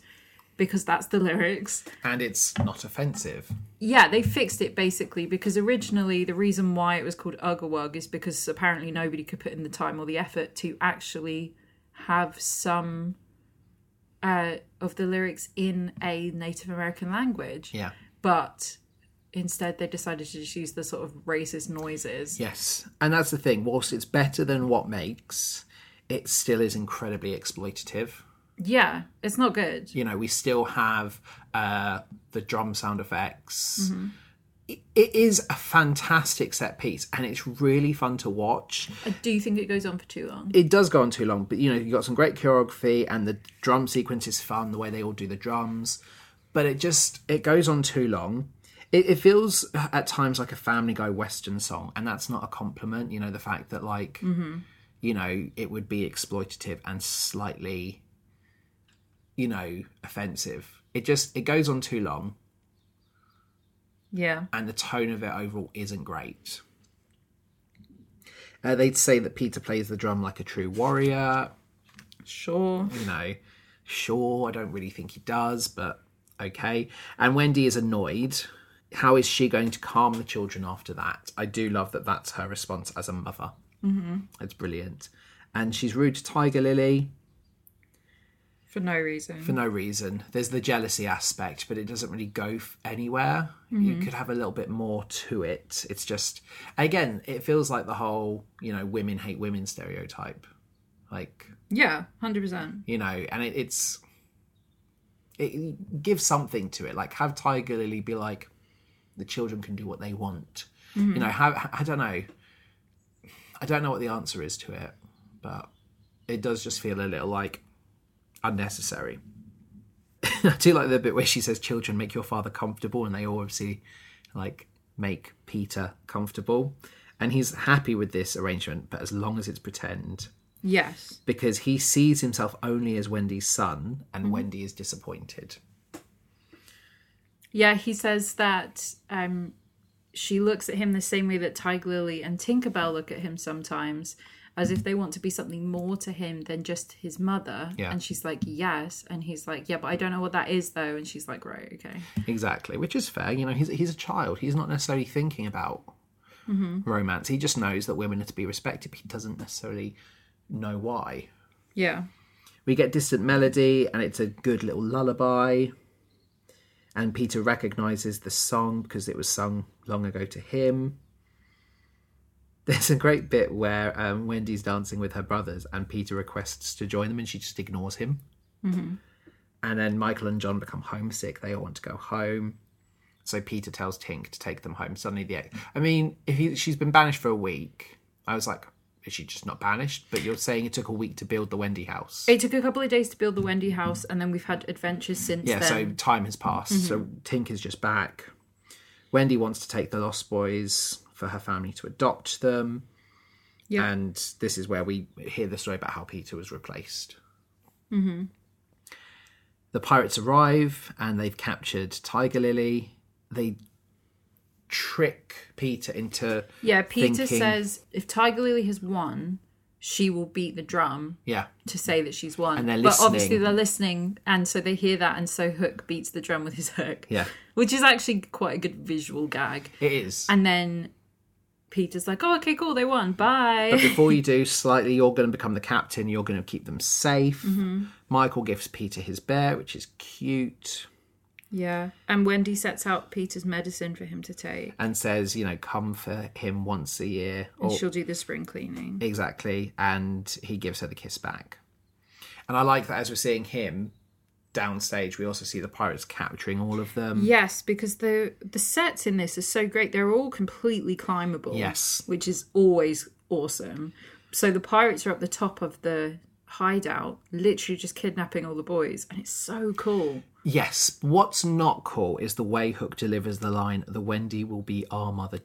S1: because that's the lyrics.
S2: and it's not offensive.
S1: Yeah, they fixed it basically because originally the reason why it was called Ugawug is because apparently nobody could put in the time or the effort to actually have some uh, of the lyrics in a Native American language.
S2: Yeah.
S1: But instead they decided to just use the sort of racist noises.
S2: Yes, and that's the thing. Whilst it's better than what makes, it still is incredibly exploitative.
S1: Yeah, it's not good.
S2: you know we still have uh the drum sound effects It- it is a fantastic set piece and it's really fun to watch
S1: I do think it goes on for too long.
S2: it does go on too long but you know you've got some great choreography and the drum sequence is fun the way they all do the drums but it just it goes on too long it, it feels uh, at times like a family guy western song and that's not a compliment you know the fact that like you know it would be exploitative and slightly you know offensive it just it goes on too long
S1: Yeah.
S2: and the tone of it overall isn't great. Uh, they'd say that Peter plays the drum like a true warrior.
S1: Sure.
S2: You know, sure, I don't really think he does, but okay. And Wendy is annoyed. How is she going to calm the children after that? I do love that that's her response as a mother. Mm-hmm. It's brilliant. And she's rude to Tiger Lily
S1: For no reason.
S2: for no reason. There's the jealousy aspect, but it doesn't really go f- anywhere. You could have a little bit more to it. It's just, again, it feels like the whole, you know, women hate women stereotype. Like,
S1: yeah, 100%.
S2: you know, and it, it's, it gives something to it. Like, have Tiger Lily be like, the children can do what they want. You know, how, I don't know. I don't know what the answer is to it, but it does just feel a little like unnecessary. I do like the bit where she says, "Children, make your father comfortable," and they all obviously like make Peter comfortable, and he's happy with this arrangement, but as long as it's pretend,
S1: Yes.
S2: because he sees himself only as Wendy's son, and Wendy is disappointed.
S1: Yeah, he says that um, she looks at him the same way that Tiger Lily and Tinkerbell look at him sometimes, as if they want to be something more to him than just his mother.
S2: Yeah.
S1: And she's like, yes. And he's like, yeah, but I don't know what that is, though. And she's like, right, okay.
S2: Exactly, which is fair. You know, he's he's a child. He's not necessarily thinking about romance. He just knows that women are to be respected. But he doesn't necessarily know why.
S1: Yeah.
S2: We get distant melody, and it's a good little lullaby. And Peter recognizes the song because it was sung long ago to him. There's a great bit where um, Wendy's dancing with her brothers, and Peter requests to join them, and she just ignores him. And then Michael and John become homesick. They all want to go home. So Peter tells Tink to take them home. Suddenly, the I mean, if he, she's been banished for a week, I was like, is she just not banished? But you're saying it took a week to build the Wendy house.
S1: It took a couple of days to build the Wendy house, and then we've had adventures since
S2: Yeah,
S1: then. Mm-hmm.
S2: so time has passed. So Tink is just back. Wendy wants to take the Lost Boys for her family to adopt them.
S1: Yeah.
S2: And this is where we hear the story about how Peter was replaced. Mm-hmm. The pirates arrive and they've captured Tiger Lily. They trick Peter into.
S1: yeah, Peter
S2: thinking-
S1: says if Tiger Lily has won, she will beat the drum
S2: Yeah.
S1: to say that she's won.
S2: And they're
S1: But obviously
S2: listening.
S1: they're listening, and so they hear that, and so Hook beats the drum with his hook.
S2: Yeah.
S1: Which is actually quite a good visual gag.
S2: It is.
S1: And then Peter's like, oh, okay, cool, they won. Bye.
S2: But before you do, slightly, you're going to become the captain. You're going to keep them safe. Michael gives Peter his bear, which is cute.
S1: Yeah. And Wendy sets out Peter's medicine for him to take,
S2: and says, you know, come for him once a year.
S1: and
S2: Or,
S1: she'll do the spring cleaning.
S2: exactly. And he gives her the kiss back. And I like that as we're seeing him downstage, we also see the pirates capturing all of them.
S1: Yes, because the the sets in this are so great. They're all completely climbable.
S2: Yes.
S1: which is always awesome. So the pirates are up the top of the hideout, literally just kidnapping all the boys, and it's so cool.
S2: Yes. What's not cool is the way Hook delivers the line, the Wendy will be our mother.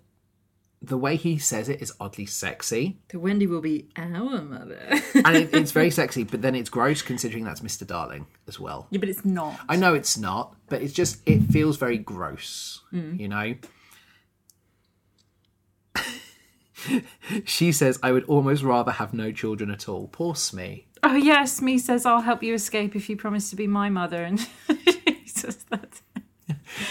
S2: The way he says it is oddly sexy.
S1: The Wendy will be our mother.
S2: And it, it's very sexy, but then it's gross considering that's Mr. Darling as well.
S1: yeah, but it's not.
S2: I know it's not, but it's just, it feels very gross, you know? she says, I would almost rather have no children at all. Poor Smee.
S1: oh yes, me says I'll help you escape if you promise to be my mother, and Jesus, that's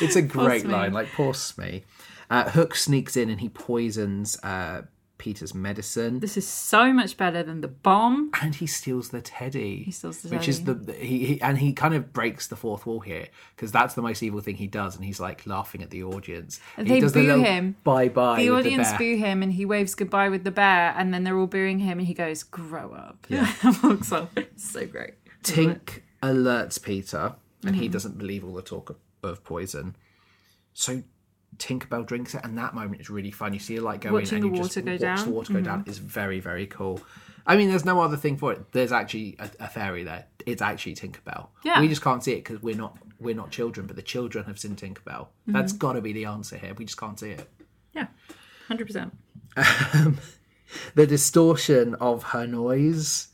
S2: It's a great
S1: Smee.
S2: line, like poor Smee. Uh, Hook sneaks in and he poisons uh, Peter's medicine.
S1: this is so much better than the bomb.
S2: and he steals the teddy. He
S1: steals the
S2: which is the he, he and he kind of breaks the fourth wall here because that's the most evil thing he does, and he's like laughing at the audience. And
S1: They
S2: he does the
S1: boo
S2: little
S1: him.
S2: Bye bye.
S1: The audience
S2: the
S1: boo
S2: bear.
S1: him, and he waves goodbye with the bear, and then they're all booing him, and he goes, "Grow up." Yeah, walks off. It's so great.
S2: Tink alerts Peter, and
S1: Mm-hmm.
S2: he doesn't believe all the talk of, of poison. So Tinkerbell drinks it, and that moment is really fun. You see a light go
S1: Watching
S2: in,
S1: the
S2: and you
S1: water go
S2: just watch the
S1: down. Mm-hmm.
S2: water go down is very very cool. I mean, there's no other thing for it. There's actually a, a fairy there. It's actually Tinkerbell.
S1: Yeah.
S2: we just can't see it because we're not we're not children, but the children have seen Tinkerbell.
S1: Mm-hmm.
S2: That's got to be the answer here. We just can't see it.
S1: Yeah, hundred percent.
S2: The distortion of her noise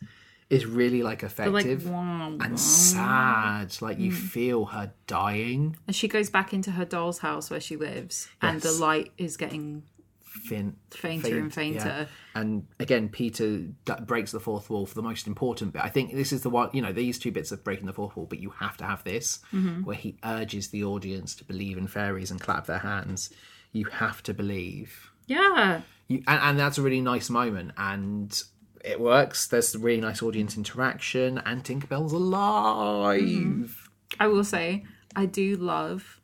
S2: is really like
S1: Like
S2: effective
S1: wow. Hmm.
S2: and sad. Like you feel her dying.
S1: And she goes back into her doll's house where she lives, and the
S2: Yes.
S1: light is getting
S2: fin-
S1: Fainter and fainter.
S2: And again, Peter d- breaks the fourth wall for the most important bit. I think this is the one, you know, these two bits of breaking the fourth wall, but you have to have this
S1: Mm-hmm.
S2: where he urges the audience to believe in fairies and clap their hands. You have to believe.
S1: yeah.
S2: You, and, and that's a really nice moment. And it works. There's really nice audience interaction, and Tinkerbell's alive.
S1: Mm-hmm. I will say I do love,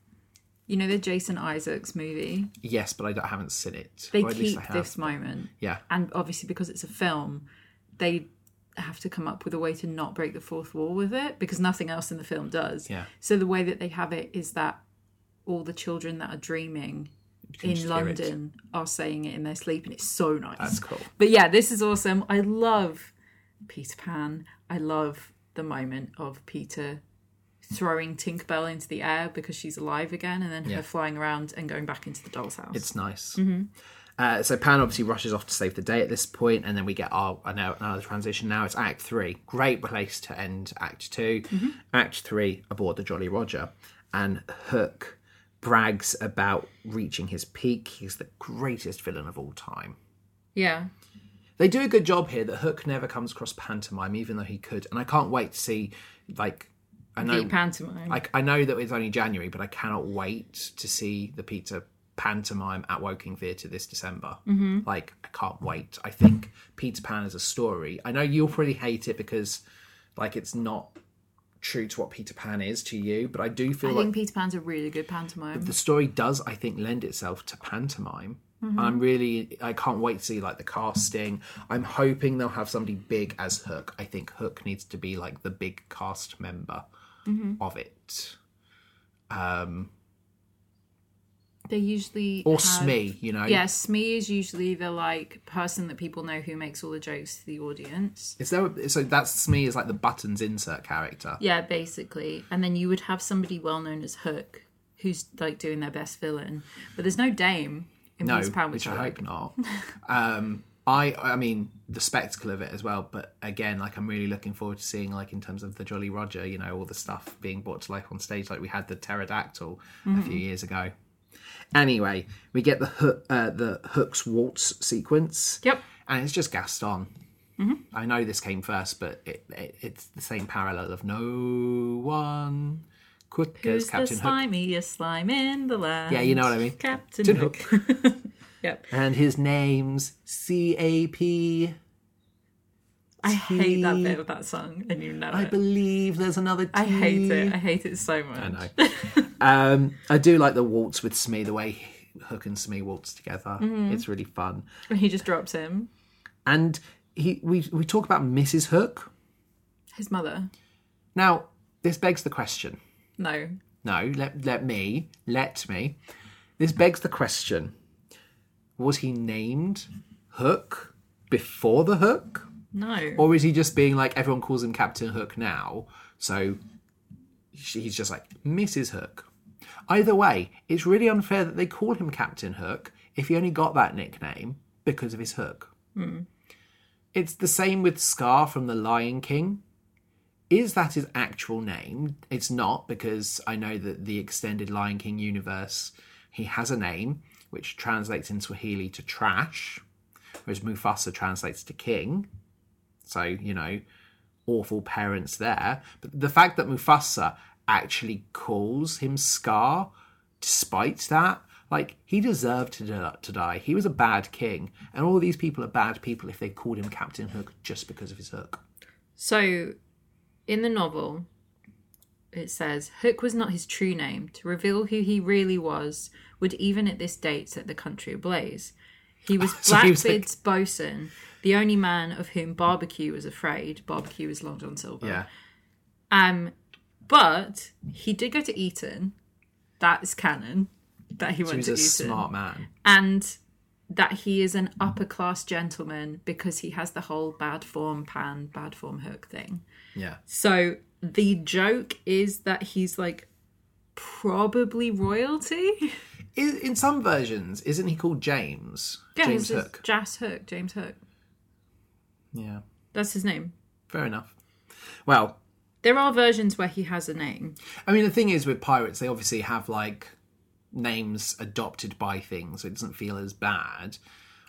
S1: you know, the Jason Isaacs movie.
S2: Yes, but I, don't- I haven't seen it.
S1: They
S2: Or at least
S1: keep
S2: I have.
S1: this moment,
S2: Yeah.
S1: and obviously because it's a film, they have to come up with a way to not break the fourth wall with it because nothing else in the film does.
S2: Yeah.
S1: So the way that they have it is that all the children that are dreaming
S2: can
S1: in
S2: just hear it.
S1: London are saying it in their sleep, and it's so nice.
S2: That's cool.
S1: But yeah, this is awesome. I love Peter Pan. I love the moment of Peter throwing Tinkerbell into the air because she's alive again and then her flying around and going back into the doll's house.
S2: It's nice. Uh, so Pan obviously rushes off to save the day at this point, and then we get our another, another transition. Now it's Act Three. Great place to end Act 2 Act Three aboard the Jolly Roger, and Hook brags about reaching his peak. He's the greatest villain of all time.
S1: yeah.
S2: They do a good job here that Hook never comes across pantomime, even though he could. And I can't wait to see like I know
S1: The pantomime.
S2: like I know that it's only January, but I cannot wait to see the Peter pantomime at Woking Theatre this December.
S1: Mm-hmm.
S2: Like I can't wait. I think Peter Pan is a story. I know you'll probably hate it because like it's not true to what Peter Pan is to you, but I do feel
S1: I
S2: like
S1: think Peter Pan's a really good pantomime.
S2: the story does I think lend itself to pantomime.
S1: Mm-hmm.
S2: And I'm really I can't wait to see like the casting. I'm hoping they'll have somebody big as Hook. I think Hook needs to be like the big cast member
S1: Mm-hmm.
S2: of it.
S1: They usually
S2: or
S1: have-
S2: Smee, you know.
S1: Yeah, Smee is usually the like person that people know who makes all the jokes to the audience.
S2: Is there a, so that's Smee is like the buttons insert character.
S1: Yeah, basically. And then you would have somebody well known as Hook, who's like doing their best villain. But there's no Dame in
S2: No,
S1: Peter Pan,
S2: which
S1: I
S2: I
S1: like.
S2: hope not. um, I I mean the spectacle of it as well, but again, like I'm really looking forward to seeing like in terms of the Jolly Roger, you know, all the stuff being brought to life on stage. Like we had the pterodactyl
S1: Mm-hmm.
S2: a few years ago. Anyway, we get the hook, uh, the hooks waltz sequence.
S1: Yep. Mm-hmm.
S2: and it's just Gaston. I know this came first, but it, it, it's the same parallel of no one quick
S1: Who's
S2: as Captain
S1: the
S2: Hook.
S1: slimiest slime in the land?
S2: Yeah, you know what I mean.
S1: Captain
S2: Captain
S1: Hook. yep.
S2: And his name's C A P.
S1: I hate that bit of that song, and you know
S2: I
S1: it.
S2: believe there's another T.
S1: I hate it. I hate it so much.
S2: I know. um, I do like the waltz with Smee, the way Hook and Smee waltz together.
S1: Mm-hmm.
S2: It's really fun.
S1: And he just drops him.
S2: And he, we, we talk about Mrs. Hook.
S1: His mother.
S2: Now, this begs the question.
S1: No.
S2: No, let, let me, let me. This begs the question Was he named Hook before the Hook?
S1: No.
S2: Or is he just being like everyone calls him Captain Hook now? So she- he's just like Mrs. Hook. Either way, it's really unfair that they call him Captain Hook if he only got that nickname because of his hook. It's the same with Scar from The Lion King. Is that his actual name? It's not because I know that the extended Lion King universe, he has a name which translates in Swahili to trash, whereas Mufasa translates to king. So, you know, awful parents there. But the fact that Mufasa actually calls him Scar, despite that, like, he deserved to, di- to die. He was a bad king. And all these people are bad people if they called him Captain Hook just because of his hook.
S1: So, in the novel, it says Hook was not his true name. To reveal who he really was would even at this date set the country ablaze. He was
S2: So he was like-
S1: Blackbeard's bosun, the only man of whom Barbecue was afraid. Barbecue was Long John Silver. Um, but he did go to Eton. That is canon. That he
S2: He
S1: went
S2: was
S1: to
S2: a
S1: Eton
S2: smart man.
S1: and that he is an upper class gentleman because he has the whole bad form pan, bad form hook thing.
S2: Yeah.
S1: So the joke is that he's like probably royalty.
S2: In, in some versions, isn't he called James?
S1: Yeah, his-
S2: James
S1: his
S2: Hook.
S1: Jas Hook, James Hook.
S2: Yeah.
S1: That's his name.
S2: Fair enough. Well,
S1: There are versions where he has a name.
S2: I mean, the thing is with pirates, they obviously have like names adopted by things, so it doesn't feel as bad.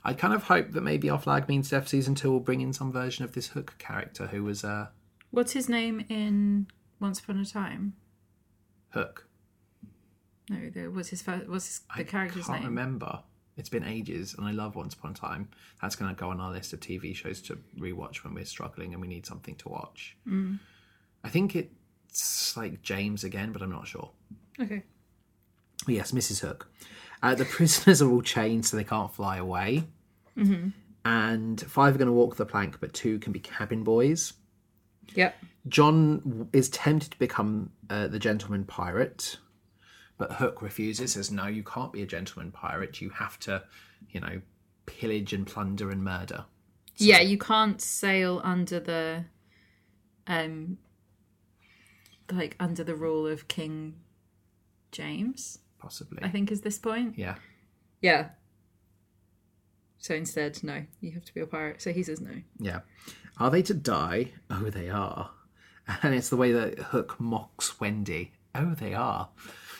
S2: I kind of hope that maybe our flag means death season two will bring in some version of this Hook character who was uh,
S1: What's his name in Once Upon a Time?
S2: Hook.
S1: No, there was his first, what's his, the character's
S2: Can't
S1: name.
S2: remember. It's been ages, and I love Once Upon a Time. That's going to go on our list of TV shows to rewatch when we're struggling and we need something to watch.
S1: Mm.
S2: I think it's like James again, but I'm not sure.
S1: Okay.
S2: Oh, Yes, Mrs. Hook. Uh, the prisoners are all chained so they can't fly away. And five are going to walk the plank, but two can be cabin boys.
S1: Yep.
S2: John is tempted to become uh, the gentleman pirate, but Hook refuses, says, No, you can't be a gentleman pirate. You have to, you know, pillage and plunder and murder.
S1: yeah, you can't sail under the um like under the rule of King James, I
S2: Possibly.
S1: think is this point.
S2: Yeah.
S1: Yeah. So instead, no, you have to be a pirate. So he says no.
S2: Yeah. Are they to die? Oh, they are. And it's the way that Hook mocks Wendy. Oh, they are.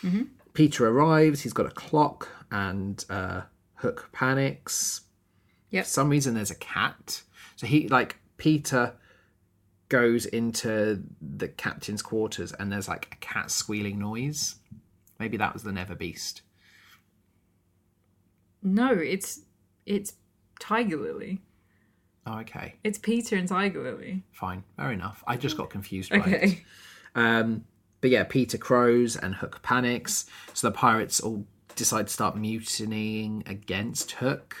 S1: Mm-hmm.
S2: Peter arrives. He's got a clock, and uh, Hook panics.
S1: Yep.
S2: For some reason, there's a cat. So he, like, Peter goes into the captain's quarters, and there's like a cat squealing noise. Maybe that was the Never Beast.
S1: No, it's it's Tiger Lily.
S2: Oh, okay.
S1: It's Peter and Tiger Lily.
S2: Fine. Fair enough. I just got confused by it.
S1: Mm-hmm. Okay.
S2: Um, but yeah, Peter crows and Hook panics. So the pirates all decide to start mutinying against Hook.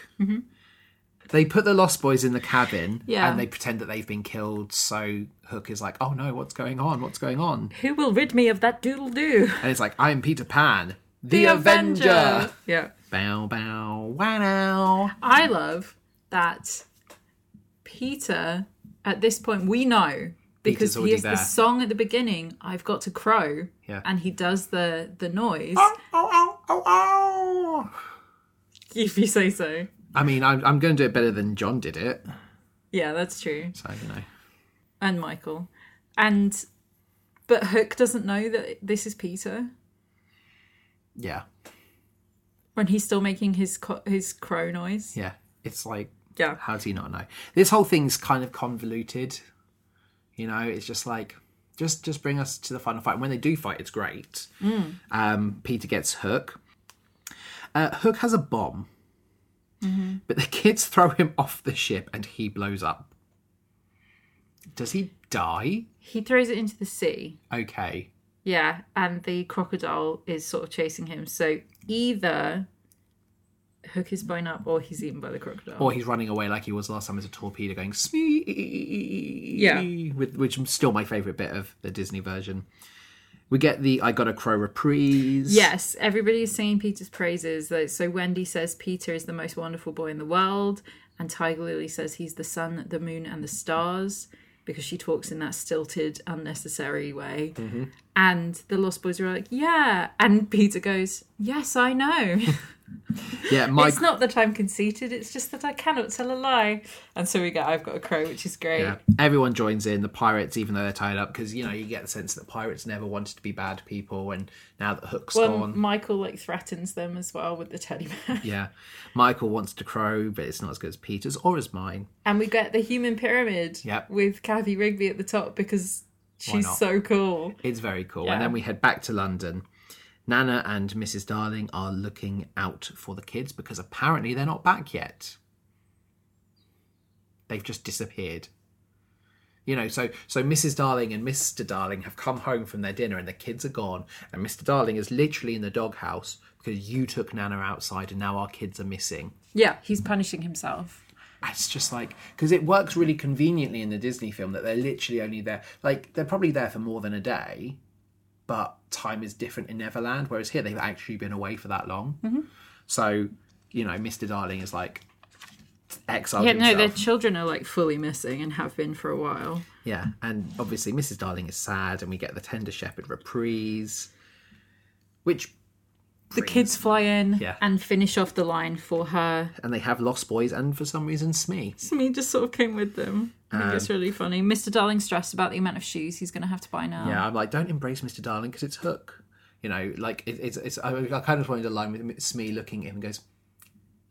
S2: They put the Lost Boys in the cabin
S1: Yeah.
S2: and they pretend that they've been killed. So Hook is like, oh no, what's going on? What's going on?
S1: Who will rid me of that doodle doo?
S2: And it's like, I'm Peter Pan, the, Avenger.
S1: Yeah.
S2: Bow, bow, wow.
S1: I love that Peter, at this point, we know because
S2: Peter's
S1: he
S2: already
S1: has the
S2: there.
S1: song at the beginning, I've Got to Crow,
S2: Yeah.
S1: and he does the, the noise,
S2: Oh, oh, oh, oh.
S1: if you say so.
S2: I mean, I'm, I'm going to do it better than John did it.
S1: Yeah, that's true.
S2: So, you know.
S1: And Michael. And, but Hook doesn't know that this is Peter
S2: Yeah.
S1: when he's still making his co- his crow noise.
S2: Yeah. It's like,
S1: Yeah.
S2: How does he not know? This whole thing's kind of convoluted. You know, it's just like just just bring us to the final fight. And when they do fight, it's great. Um, Peter gets Hook. Uh, Hook has a bomb, but the kids throw him off the ship and he blows up. Does he die?
S1: He throws it into the sea.
S2: Okay.
S1: Yeah, and the crocodile is sort of chasing him. So either Hook is blown up or he's eaten by the crocodile.
S2: Or he's running away like he was last time as a torpedo, going smee.
S1: Yeah.
S2: with, which is still my favourite bit of the Disney version. We get the "I Got a Crow" reprise.
S1: Yes, everybody is singing Peter's praises. Like, So Wendy says Peter is the most wonderful boy in the world, And Tiger Lily says he's the sun, the moon, and the stars because she talks in that stilted, unnecessary way.
S2: Mm-hmm.
S1: And the Lost Boys are like, yeah. And Peter goes, yes, I know.
S2: Yeah, my
S1: It's not that I'm conceited, it's just that I cannot tell a lie. And so we get I've Got a Crow, which is great.
S2: Yeah. Everyone joins in, the pirates, even though they're tied up, because you know you get the sense that pirates never wanted to be bad people, and now that Hook's
S1: Well,
S2: gone,
S1: Michael like threatens them as well with the teddy bear.
S2: yeah, Michael wants to crow, but it's not as good as Peter's or as mine.
S1: And we get the human pyramid
S2: Yep.
S1: with Kathy Rigby at the top because she's
S2: not?
S1: so cool.
S2: It's very cool.
S1: Yeah.
S2: And then we head back to London. Nana and Mrs. Darling are looking out for the kids because apparently they're not back yet. They've just disappeared. You know, so so Mrs. Darling and Mr. Darling have come home from their dinner and the kids are gone and Mr. Darling is literally in the doghouse because you took Nana outside and now our kids are missing.
S1: Yeah, he's punishing himself.
S2: It's just like because it works really conveniently in the Disney film that they're literally only there, like they're probably there for more than a day, but time is different in Neverland. Whereas here they've actually been away for that long.
S1: Mm-hmm.
S2: So you know, Mr. Darling is like exiled
S1: Yeah, no,
S2: himself.
S1: their children are like fully missing and have been for a while.
S2: Yeah, and obviously Mrs. Darling is sad, and we get the Tender Shepherd reprise, which
S1: The kids fly in
S2: Yeah.
S1: and finish off the line for her.
S2: and they have Lost Boys and for some reason Smee.
S1: Smee just sort of came with them. I think
S2: Um,
S1: it's really funny. Mr. Darling's stressed about the amount of shoes he's going to have to buy now.
S2: Yeah, I'm like, don't embrace Mr. Darling because it's Hook. You know, like it, it's it's. I, I kind of wanted a line with Smee looking at him and goes,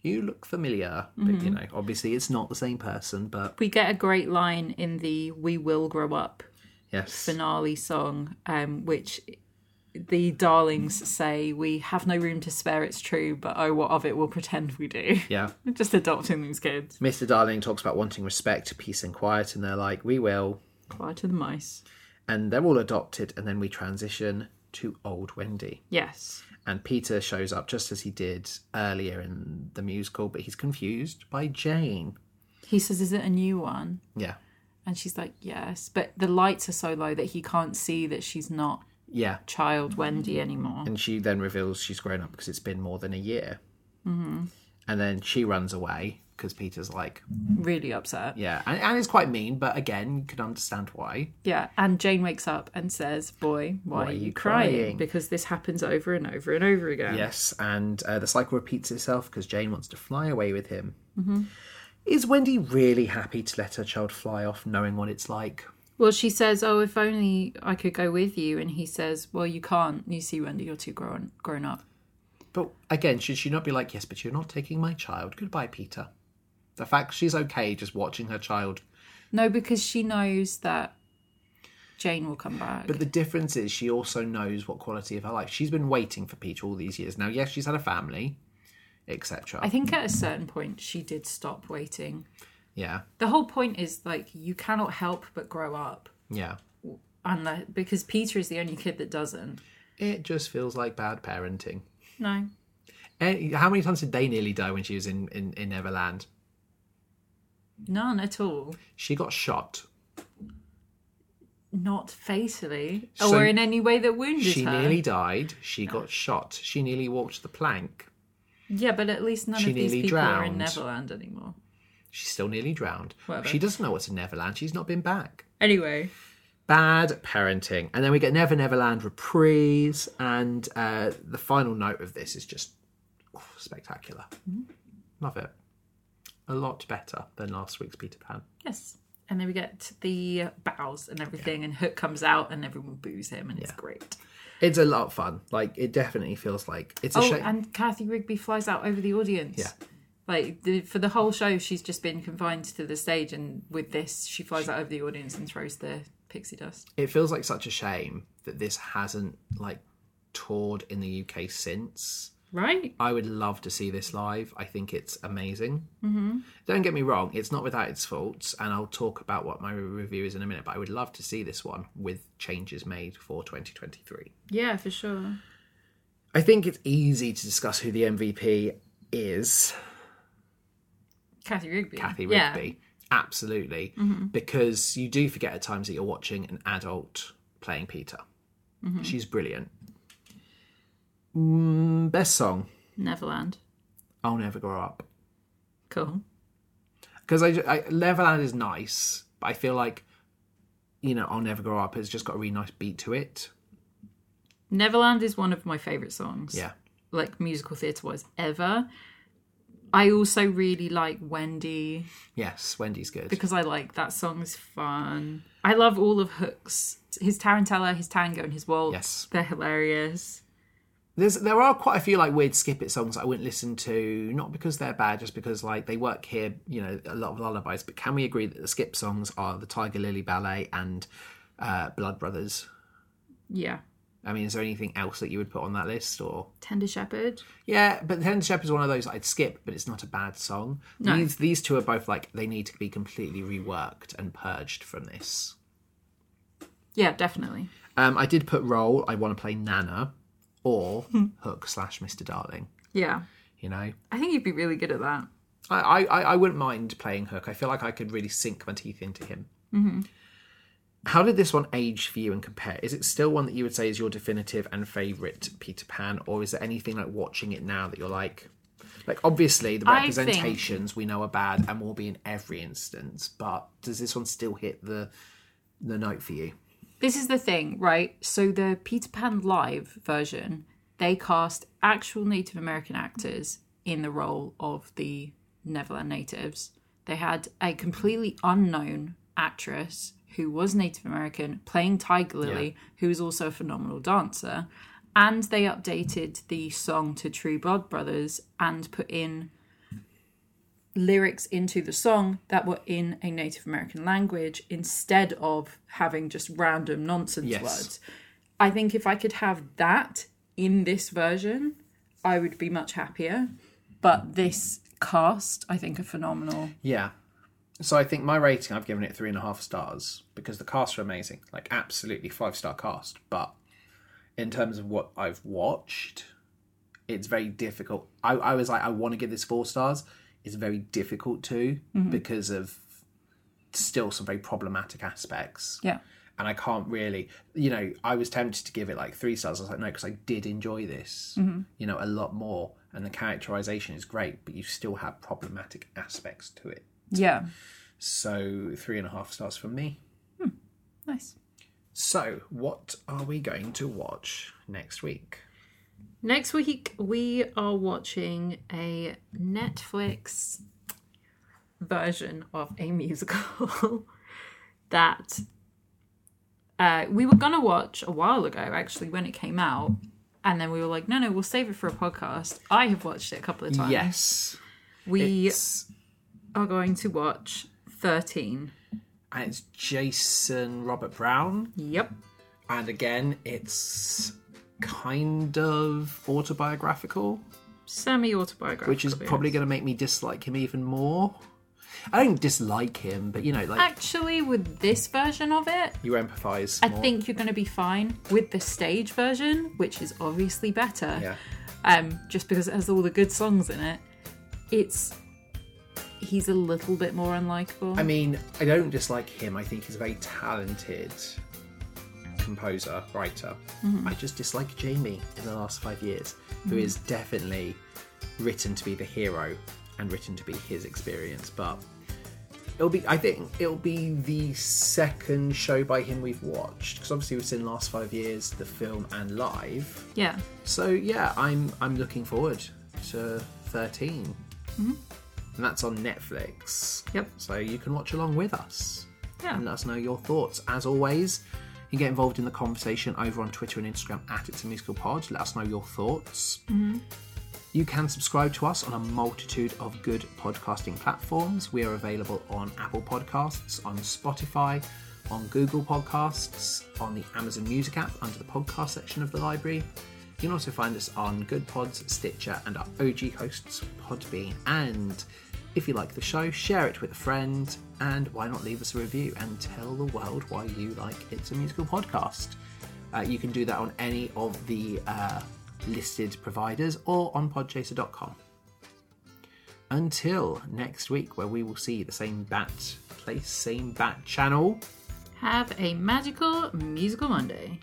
S2: "You look familiar," but you know, obviously it's not the same person. But
S1: We get a great line in the We Will Grow Up
S2: yes,
S1: finale song, um, which the darlings say, We have no room to spare, it's true, but oh, what of it, we'll pretend we do.
S2: yeah.
S1: Just adopting these kids.
S2: Mr. Darling talks about wanting respect, peace, and quiet, and they're like, "We will."
S1: Quiet to the mice.
S2: And they're all adopted, and then we transition to old Wendy.
S1: Yes.
S2: And Peter shows up just as he did earlier in the musical, but he's confused by Jane.
S1: He says, Is it a new one?
S2: Yeah,
S1: And she's like, Yes. But the lights are so low that he can't see that she's not
S2: yeah.
S1: child Wendy anymore.
S2: and she then reveals she's grown up because it's been more than a year. Mm-hmm. And then she runs away because Peter's like,
S1: Really upset.
S2: yeah, and, and it's quite mean, but again, you can understand why.
S1: Yeah, and Jane wakes up and says, "Boy, why, are you crying?
S2: crying?"
S1: Because this happens over and over and over again."
S2: Yes, and uh, the cycle repeats itself because Jane wants to fly away with him. Is Wendy really happy to let her child fly off, knowing what it's like?
S1: Well, she says, "Oh, if only I could go with you," and he says, "Well, you can't. You see, Wendy, you're too grown grown up."
S2: But again, should she not be like, yes, but you're not taking my child. Goodbye, Peter. The fact she's okay just watching her child
S1: No, because she knows that Jane will come back.
S2: But the difference is she also knows what quality of her life. She's been waiting for Peter all these years. Now, yes, she's had a family,
S1: I
S2: etc.
S1: think at a certain point she did stop waiting.
S2: Yeah,
S1: The whole point is like you cannot help but grow up,
S2: yeah.
S1: unless because Peter is the only kid that doesn't.
S2: It just feels like bad parenting.
S1: No,
S2: Eh, How many times did they nearly die when she was in, in, in Neverland?
S1: none at all.
S2: She got shot.
S1: not fatally
S2: So-
S1: or in any way that wounded
S2: She
S1: her.
S2: nearly died. She got shot. She nearly walked the plank.
S1: yeah, but at least none
S2: She
S1: of these
S2: nearly
S1: people are in
S2: drowned.
S1: Neverland anymore.
S2: She still nearly drowned.
S1: Whatever.
S2: She doesn't know what's in Neverland. She's not been back.
S1: Anyway,
S2: bad parenting and then we get never neverland reprise and uh, the final note of this is just oh, spectacular
S1: Mm-hmm.
S2: love it a lot better than last week's peter pan
S1: yes. And then we get the bows and everything, and Hook comes out, and everyone boos him, and it's great.
S2: it's a lot of fun like it definitely feels like it's a
S1: Oh,
S2: shame
S1: and Kathy Rigby flies out over the audience.
S2: Yeah.
S1: Like the, for the whole show, she's just been confined to the stage, and with this, she flies out over the audience and throws the pixie dust.
S2: it feels like such a shame that this hasn't like toured in the uk since
S1: Right?
S2: I would love to see this live. I think it's amazing. Mm-hmm. Don't get me wrong, it's not without its faults, and I'll talk about what my review is in a minute, but I would love to see this one with changes made for 2023.
S1: Yeah, for sure.
S2: I think it's easy to discuss who the MVP is
S1: Kathy Rigby.
S2: Kathy Rigby.
S1: Yeah.
S2: Absolutely. Because you do forget at times that you're watching an adult playing Peter. She's brilliant. Mm, best song
S1: Neverland.
S2: I'll Never Grow Up.
S1: Cool.
S2: because I, ju- I Leverland is nice, but I feel like you know I'll never grow up. It's just got a really nice beat to it.
S1: Neverland is one of my favourite songs.
S2: Yeah,
S1: Like musical theatre wise ever. I also really like Wendy
S2: yes, Wendy's good.
S1: because I like that song's fun. I love all of Hook's his Tarantella, his tango, and his waltz.
S2: Yes.
S1: They're hilarious.
S2: There's there are quite a few like weird skip it songs I wouldn't listen to, not because they're bad, just because like they work here. You know, a lot of lullabies. But can we agree that the skip songs are the Tiger Lily Ballet and uh, Blood Brothers?
S1: Yeah.
S2: I mean, is there anything else that you would put on that list? Or
S1: Tender Shepherd.
S2: yeah, but Ten Shep is one of those I'd skip, but it's not a bad song.
S1: No.
S2: These these two are both like they need to be completely reworked and purged from this.
S1: Yeah, definitely.
S2: Um, I did put Roll. I want to play Nana, or Hook slash Mister Darling.
S1: Yeah.
S2: You know,
S1: I think you'd be really good at that.
S2: I, I, I- I wouldn't mind playing Hook. I feel like I could really sink my teeth into him.
S1: Mm-hmm.
S2: How did this one age for you and compare? Is it still one that you would say is your definitive and favourite Peter Pan, or is there anything like watching it now that you're like, like obviously the
S1: I think-
S2: representations we know are bad and will be in every instance, but does this one still hit the the note for you?
S1: This is the thing, right? So the Peter Pan live version, they cast actual Native American actors in the role of the Neverland natives. They had a completely unknown actress who was Native American playing Tiger Lily, who was also a phenomenal dancer. And they updated the song to True Blood Brothers and put in lyrics into the song that were in a Native American language instead of having just random nonsense
S2: Yes.
S1: words. I think if I could have that in this version, I would be much happier. But this cast, I think, are phenomenal.
S2: Yeah. So I think my rating, I've given it three and a half stars because the casts are amazing, like absolutely five star cast. But in terms of what I've watched, it's very difficult. I, I was like, I want to give this four stars. It's very difficult to because of still some very problematic aspects.
S1: Yeah.
S2: And I can't really, you know, I was tempted to give it like three stars. I was like, no, because I did enjoy this, you know, a lot more. And the characterization is great, but you still have problematic aspects to it.
S1: Yeah.
S2: So three and a half stars from me.
S1: Nice.
S2: So what are we going to watch next week?
S1: Next week, we are watching a Netflix version of a musical that uh, we were going to watch a while ago, actually, when it came out. And then we were like, no, no, we'll save it for a podcast. I have watched it a couple of times.
S2: Yes,
S1: We
S2: it's,
S1: are going to watch 13.
S2: and it's Jason Robert Brown,
S1: Yep.
S2: and again it's kind of autobiographical,
S1: Semi autobiographical.
S2: which is probably going to make me dislike him even more. I don't dislike him, but you know, like
S1: Actually, with this version of it,
S2: you empathise.
S1: I
S2: more.
S1: think you're going to be fine with the stage version, which is obviously better.
S2: yeah,
S1: Um, just because it has all the good songs in it. It's he's a little bit more unlikable.
S2: I mean, I don't dislike him. I think he's a very talented composer, writer. I just dislike Jamie in the last five years, who is definitely written to be the hero and written to be his experience. But it'll be, I think, it'll be the second show by him we've watched because obviously we've seen last five years, the film and live.
S1: yeah,
S2: So yeah, I'm I'm looking forward to 13 and that's on Netflix.
S1: Mm-hmm. Yep.
S2: So you can watch along with us
S1: yeah.
S2: and let us know your thoughts. As always, you can get involved in the conversation over on Twitter and Instagram at It's a Musical Pod. Let us know your thoughts. You can subscribe to us on a multitude of good podcasting platforms. We are available on Apple Podcasts, on Spotify, on Google Podcasts, on the Amazon Music app under the podcast section of the library. You can also find us on Good Pods, Stitcher, and our OG hosts, Podbean. And if you like the show, share it with a friend, and why not leave us a review and tell the world why you like It's a Musical Podcast. Uh, you can do that on any of the uh, listed providers or on podchaser.com. Until next week, where we will see the same bat place, same bat channel.
S1: Have a magical musical Monday.